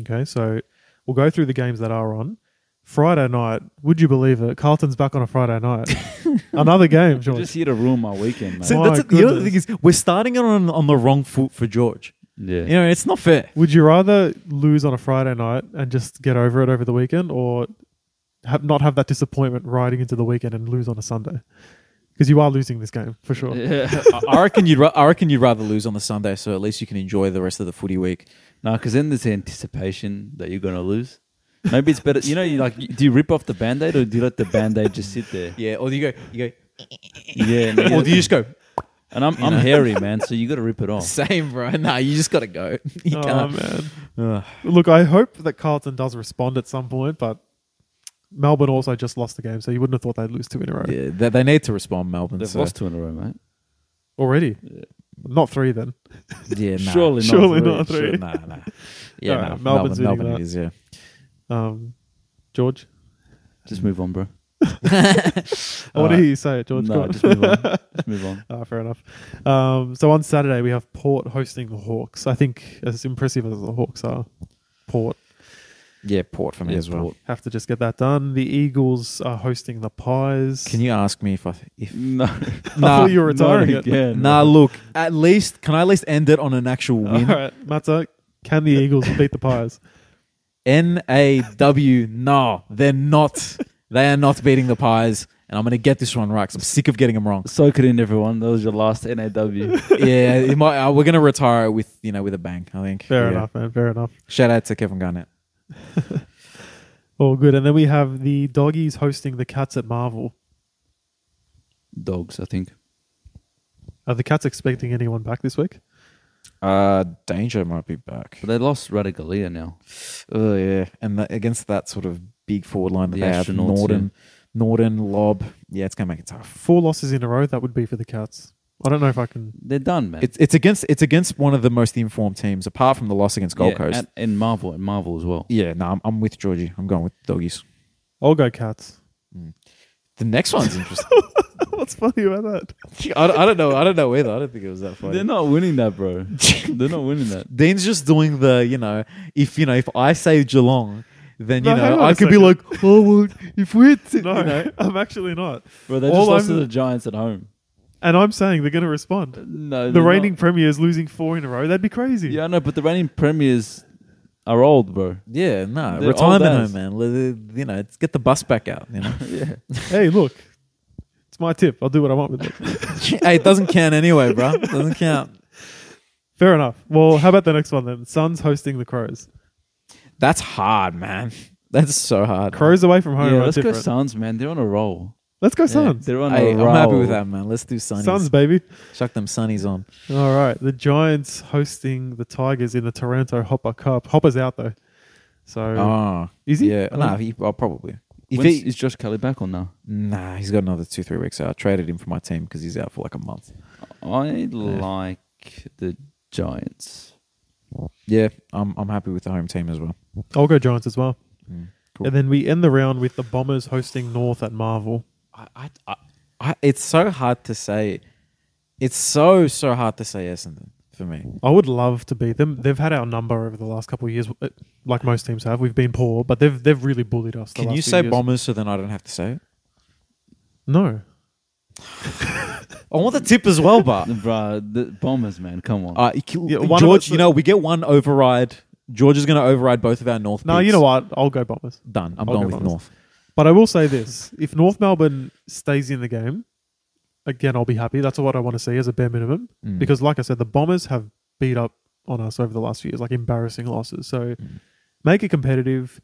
Okay, so we'll go through the games that are on. Friday night, would you believe it? Carlton's back on a Friday night. Another game,
I'm
George.
just here to ruin my weekend, man.
So
My
that's it. the other
goodness.
thing is we're starting it on on the wrong foot for George.
yeah,
You know, it's not fair.
Would you rather lose on a Friday night and just get over it over the weekend, or have not have that disappointment riding into the weekend and lose on a Sunday? Because you are losing this game for sure.
*laughs* yeah.
I- I reckon you'd ra- I reckon you'd rather lose on the Sunday, so at least you can enjoy the rest of the footy week.
No, because then there's the anticipation that you're going to lose. Maybe it's better. You know, you like, do you rip off the band aid or do you let the band aid just sit
*laughs*
there?
Yeah, or do you go you
Yeah,
go, or do you just go
and I'm, I'm hairy, man, so you got to rip
*laughs*
it off.
same, bro? Nah, you just got to go. *laughs* You
Oh
can't.
man!
Ugh.
Look, I hope that Carlton does respond at some point, but Melbourne also just lost the game, so you wouldn't have thought they'd lose two in a row
Yeah, they, they need to respond, Melbourne.
They've
so-
lost two in a row, mate.
already. Not three then.
*laughs* Yeah, nah.
Surely not.
Surely
three.
not three.
Sure, nah, nah. *laughs* Yeah,
Alright,
nah,
Melbourne's
Melbourne,
winning
Melbourne it
that.
is. Yeah.
Um, George,
Just move on, bro.
I want to
Uh,
Alright.
hear Oh, you say it, George. Go
No,
on.
just move on. Just move
*laughs*
on.
*laughs* Ah, fair enough. Um, so on Saturday we have Port hosting the Hawks. I think as impressive as the Hawks are, Port
Yeah, Port for me
Yeah,
as well.
Port.
have to just get that done. The Eagles are hosting the Pies.
Can you ask me if I if
No.
I
nah,
thought you were retiring it.
again.
nah? Look, at least can I at least end it on an actual
All
win? *laughs*
right, Matza, can the Eagles beat the Pies?
N A W. No, they're not. They are not beating the Pies. And I'm going to get this one right because I'm sick of getting them wrong.
Soak it in, everyone. That was your last NAW.
Yeah, it might, uh, we're going to retire it with you know with a bang. I think.
Fair
Yeah.
enough, man. Fair enough.
Shout out to Kevin Garnett.
All good. And then we have the Doggies hosting the Cats at Marvel.
*laughs* Dogs, I think.
Are the Cats expecting anyone back this week?
Uh, Danger might be back.
But they lost Radagalia now.
Oh yeah, and the, against that sort of big forward line that
The
they have,
astronauts,
Norton, Norton, Lob. Yeah, it's gonna make it tough.
Four losses in a row, that would be for the Cats. I don't know if I can.
They're done, man.
It's it's against it's against one of the most informed teams, apart from the loss against Gold
Yeah,
Coast.
and- and Marvel and Marvel as well.
yeah, no, I'm, I'm with Georgie. I'm going with the doggies.
I'll go Cats. *laughs*
The next one's interesting.
What's funny about that?
I, don't- I don't know. I don't know either. I don't think it was that funny.
They're not winning that, bro. They're not winning that.
Dean's just doing the, you know, if you know, if I say Geelong, then you
No, hang
know,
on
I
a
could be
second.
like, oh, well, if we're, t-,
No,
you know,
*laughs* I'm actually not.
Bro, they
All
just lost
I'm-
to the Giants at home.
And I'm saying they're going to respond.
No,
The
Uh, they're
reigning
not.
premier is losing four in a row. That'd be crazy.
yeah, I know, but the reigning premiers are old, bro. *laughs*
yeah, no,
They're
retirement
old
home,
as.
man. Let it- You know, let's get the bus back out. You know, *laughs*
Hey, look, it's my tip. I'll do what I want with
*laughs*
it.
hey, it doesn't count anyway, bro. It doesn't count.
Fair enough. Well, how about the next one then? Suns hosting the Crows.
That's hard, man. That's so hard.
Crows away from home.
Yeah,
are
let's
different.
go Suns, man. They're on a roll.
Let's go
Yeah,
Suns.
they're on
Hey,
a
I'm
roll.
happy with that, man. Let's do sunnies.
Suns, baby.
Chuck them sunnies on.
All right. The Giants hosting the Tigers in the Toronto Hopper Cup. Hopper's out though. So
Oh,
Is he?
Yeah,
I
no,
don't-
he, oh, probably. If
When's-
he,
is Josh Kelly back or no?
nah, he's got another two, three weeks out. I traded him for my team because he's out for like a month.
I like the Giants.
Yeah, I'm, I'm happy with the home team as well.
I'll go Giants as well.
Mm, cool.
And then we end the round with the Bombers hosting North at Marvel.
I, I, I, I, it's so hard to say. It's so so hard to say Essendon for me.
I would love to beat them. They've had our number over the last couple of years, uh, like most teams have. We've been poor, but they've they've really bullied us. the
Can
last
you
few
say
years.
Bombers so then I don't have to say it?
No.
I want the tip as well, but
Bro, the Bombers, man. Come on.
*laughs* uh, you kill-
Yeah, one of
George,
us-
you know, we get one override. George is going to override both of our North.
No,
picks.
you know what? I'll go Bombers.
Done. I'm
I'll
going
go
with
Bombers.
North.
But I will say this: if North Melbourne stays in the game, again, I'll be happy. That's what I want to see as a bare minimum.
Mm.
Because, like I said, the Bombers have beat up on us over the last few years, like embarrassing losses. So,
Mm.
make it competitive.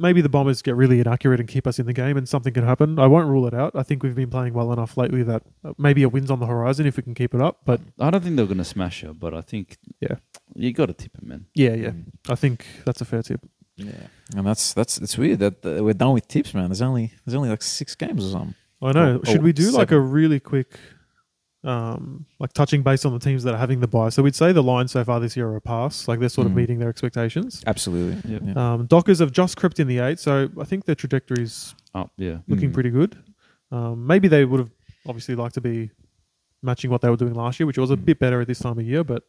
Maybe the Bombers get really inaccurate and keep us in the game, and something can happen. I won't rule it out. I think we've been playing well enough lately that uh, maybe a win's on the horizon if we can keep it up. But
Mm.
I don't think they're going to smash her, but I think
Yeah.
you got to tip it, man.
yeah, yeah,
Mm.
I think that's a fair tip.
Yeah, and that's that's it's weird that uh, we're done with tips, man. There's only there's only like six games or something.
I know.
Oh,
Should
oh,
we do like
seven.
a really quick, um, like touching base on the teams that are having the buy? So we'd say the lines so far this year are a pass. Like they're sort of
Mm.
meeting their expectations.
Absolutely.
Yep.
Yeah.
Um, Dockers have just crept in the eight, so I think their trajectory's
Oh, yeah.
looking
Mm.
pretty good. Um, maybe they would have obviously liked to be matching what they were doing last year, which was a bit better at this time of year, but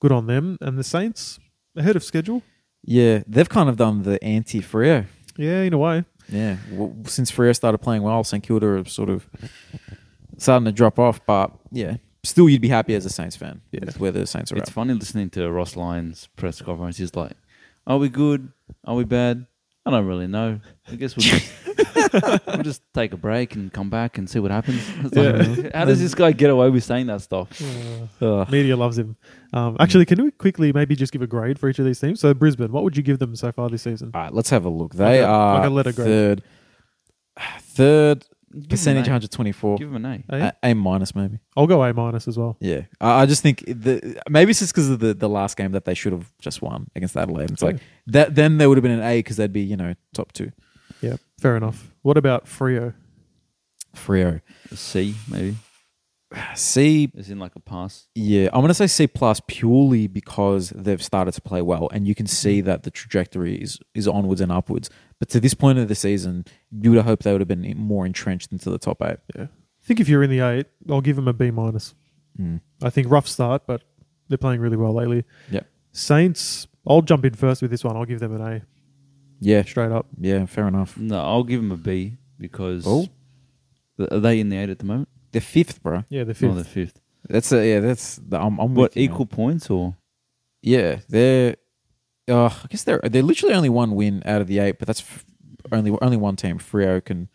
good on them. And the Saints ahead of schedule.
yeah, they've kind of done the anti Freo.
Yeah, in a way.
Yeah, well, since Freo started playing well, St Kilda are sort of starting to drop off. But yeah, still, you'd be happy as a Saints fan
Yeah.
with where the Saints are
It's
at.
funny listening to Ross Lyon's press conference. He's like, "Are we good? Are we bad? I don't really know. I guess we'll just, we'll just take a break and come back and see what happens." It's like, *laughs* how does this guy get away with saying that stuff?
Ugh.
Media loves him. Um, actually, can we quickly maybe just give a grade for each of these teams? So Brisbane, what would you give them so far this season?
All right, let's have a look. They
Like a-
are
like a letter grade.
third, *sighs* third
Give
percentage,
him an
124,
A. Give him an A.
Eh?
a, a minus maybe.
I'll go A minus as well.
Yeah, I, I just think the maybe it's just because of the, the last game that they should have just won against Adelaide. It's like that then there would have been an A because they'd be you know top two.
Yeah, fair enough. What about Frio?
Frio
A C maybe.
C
As in like a pass.
Yeah, I'm going to say C plus purely because they've started to play well, and you can see that the trajectory is is onwards and upwards. But to this point of the season, you would have hoped they would have been more entrenched into the top eight.
Yeah, I think if you're in the eight, I'll give them a B minus.
Mm.
I think rough start, but they're playing really well lately.
Yeah,
Saints, I'll jump in first with this one. I'll give them an
yeah,
A straight up.
yeah. Fair enough.
No, I'll give him a B because
Oh.
Th- are they in the eight at the moment?
They're fifth, bro.
Yeah, the
Fifth.
fifth.
the fifth.
That's a, yeah. That's the, I'm, I'm
What
with you,
equal points or?
man. Yeah, they're. Uh, I guess they're they're literally only one win out of the eight, but that's f- only only one team. Frio can.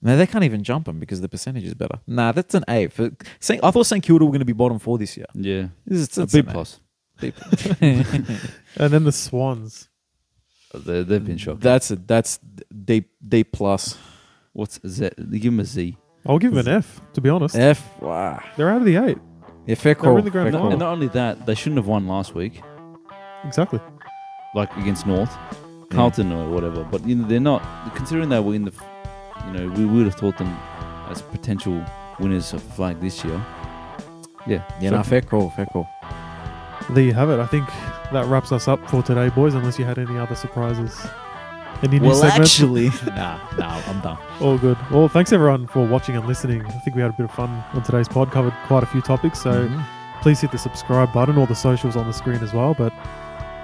No, they can't even jump them because the percentage is better. Nah, that's an A. For, Saint, I thought St Kilda were going to be bottom four this year.
Yeah,
This is,
a
it's
B
an A.
plus.
*laughs*
and then the Swans.
Uh, They, they've been shocked.
that's a, that's D D plus
What's Z? Give him a Z.
I'll give them an F. To be honest,
F. Wow.
they're out of the eight.
Yeah, fair
They're
call.
in the grand
fair
line.
And
call.
not only that, they shouldn't have won last week.
Exactly.
like against North, Carlton or whatever. But you know, they're not considering they were in the f- you know, we would have thought them as potential winners of the flag this year. Yeah.
Yeah,
so-
no, fair call, fair call.
There you have it. I think that wraps us up for today, boys. Unless you had any other surprises, any new segments.
nah, nah, I'm done.
All good. Well, thanks everyone for watching and listening. I think we had a bit of fun on today's pod. Covered quite a few topics, so
Mhm.
please hit the subscribe button. All the socials on the screen as well. But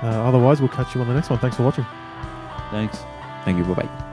uh, otherwise, we'll catch you on the next one. Thanks for watching.
Thanks.
Thank you, bye bye.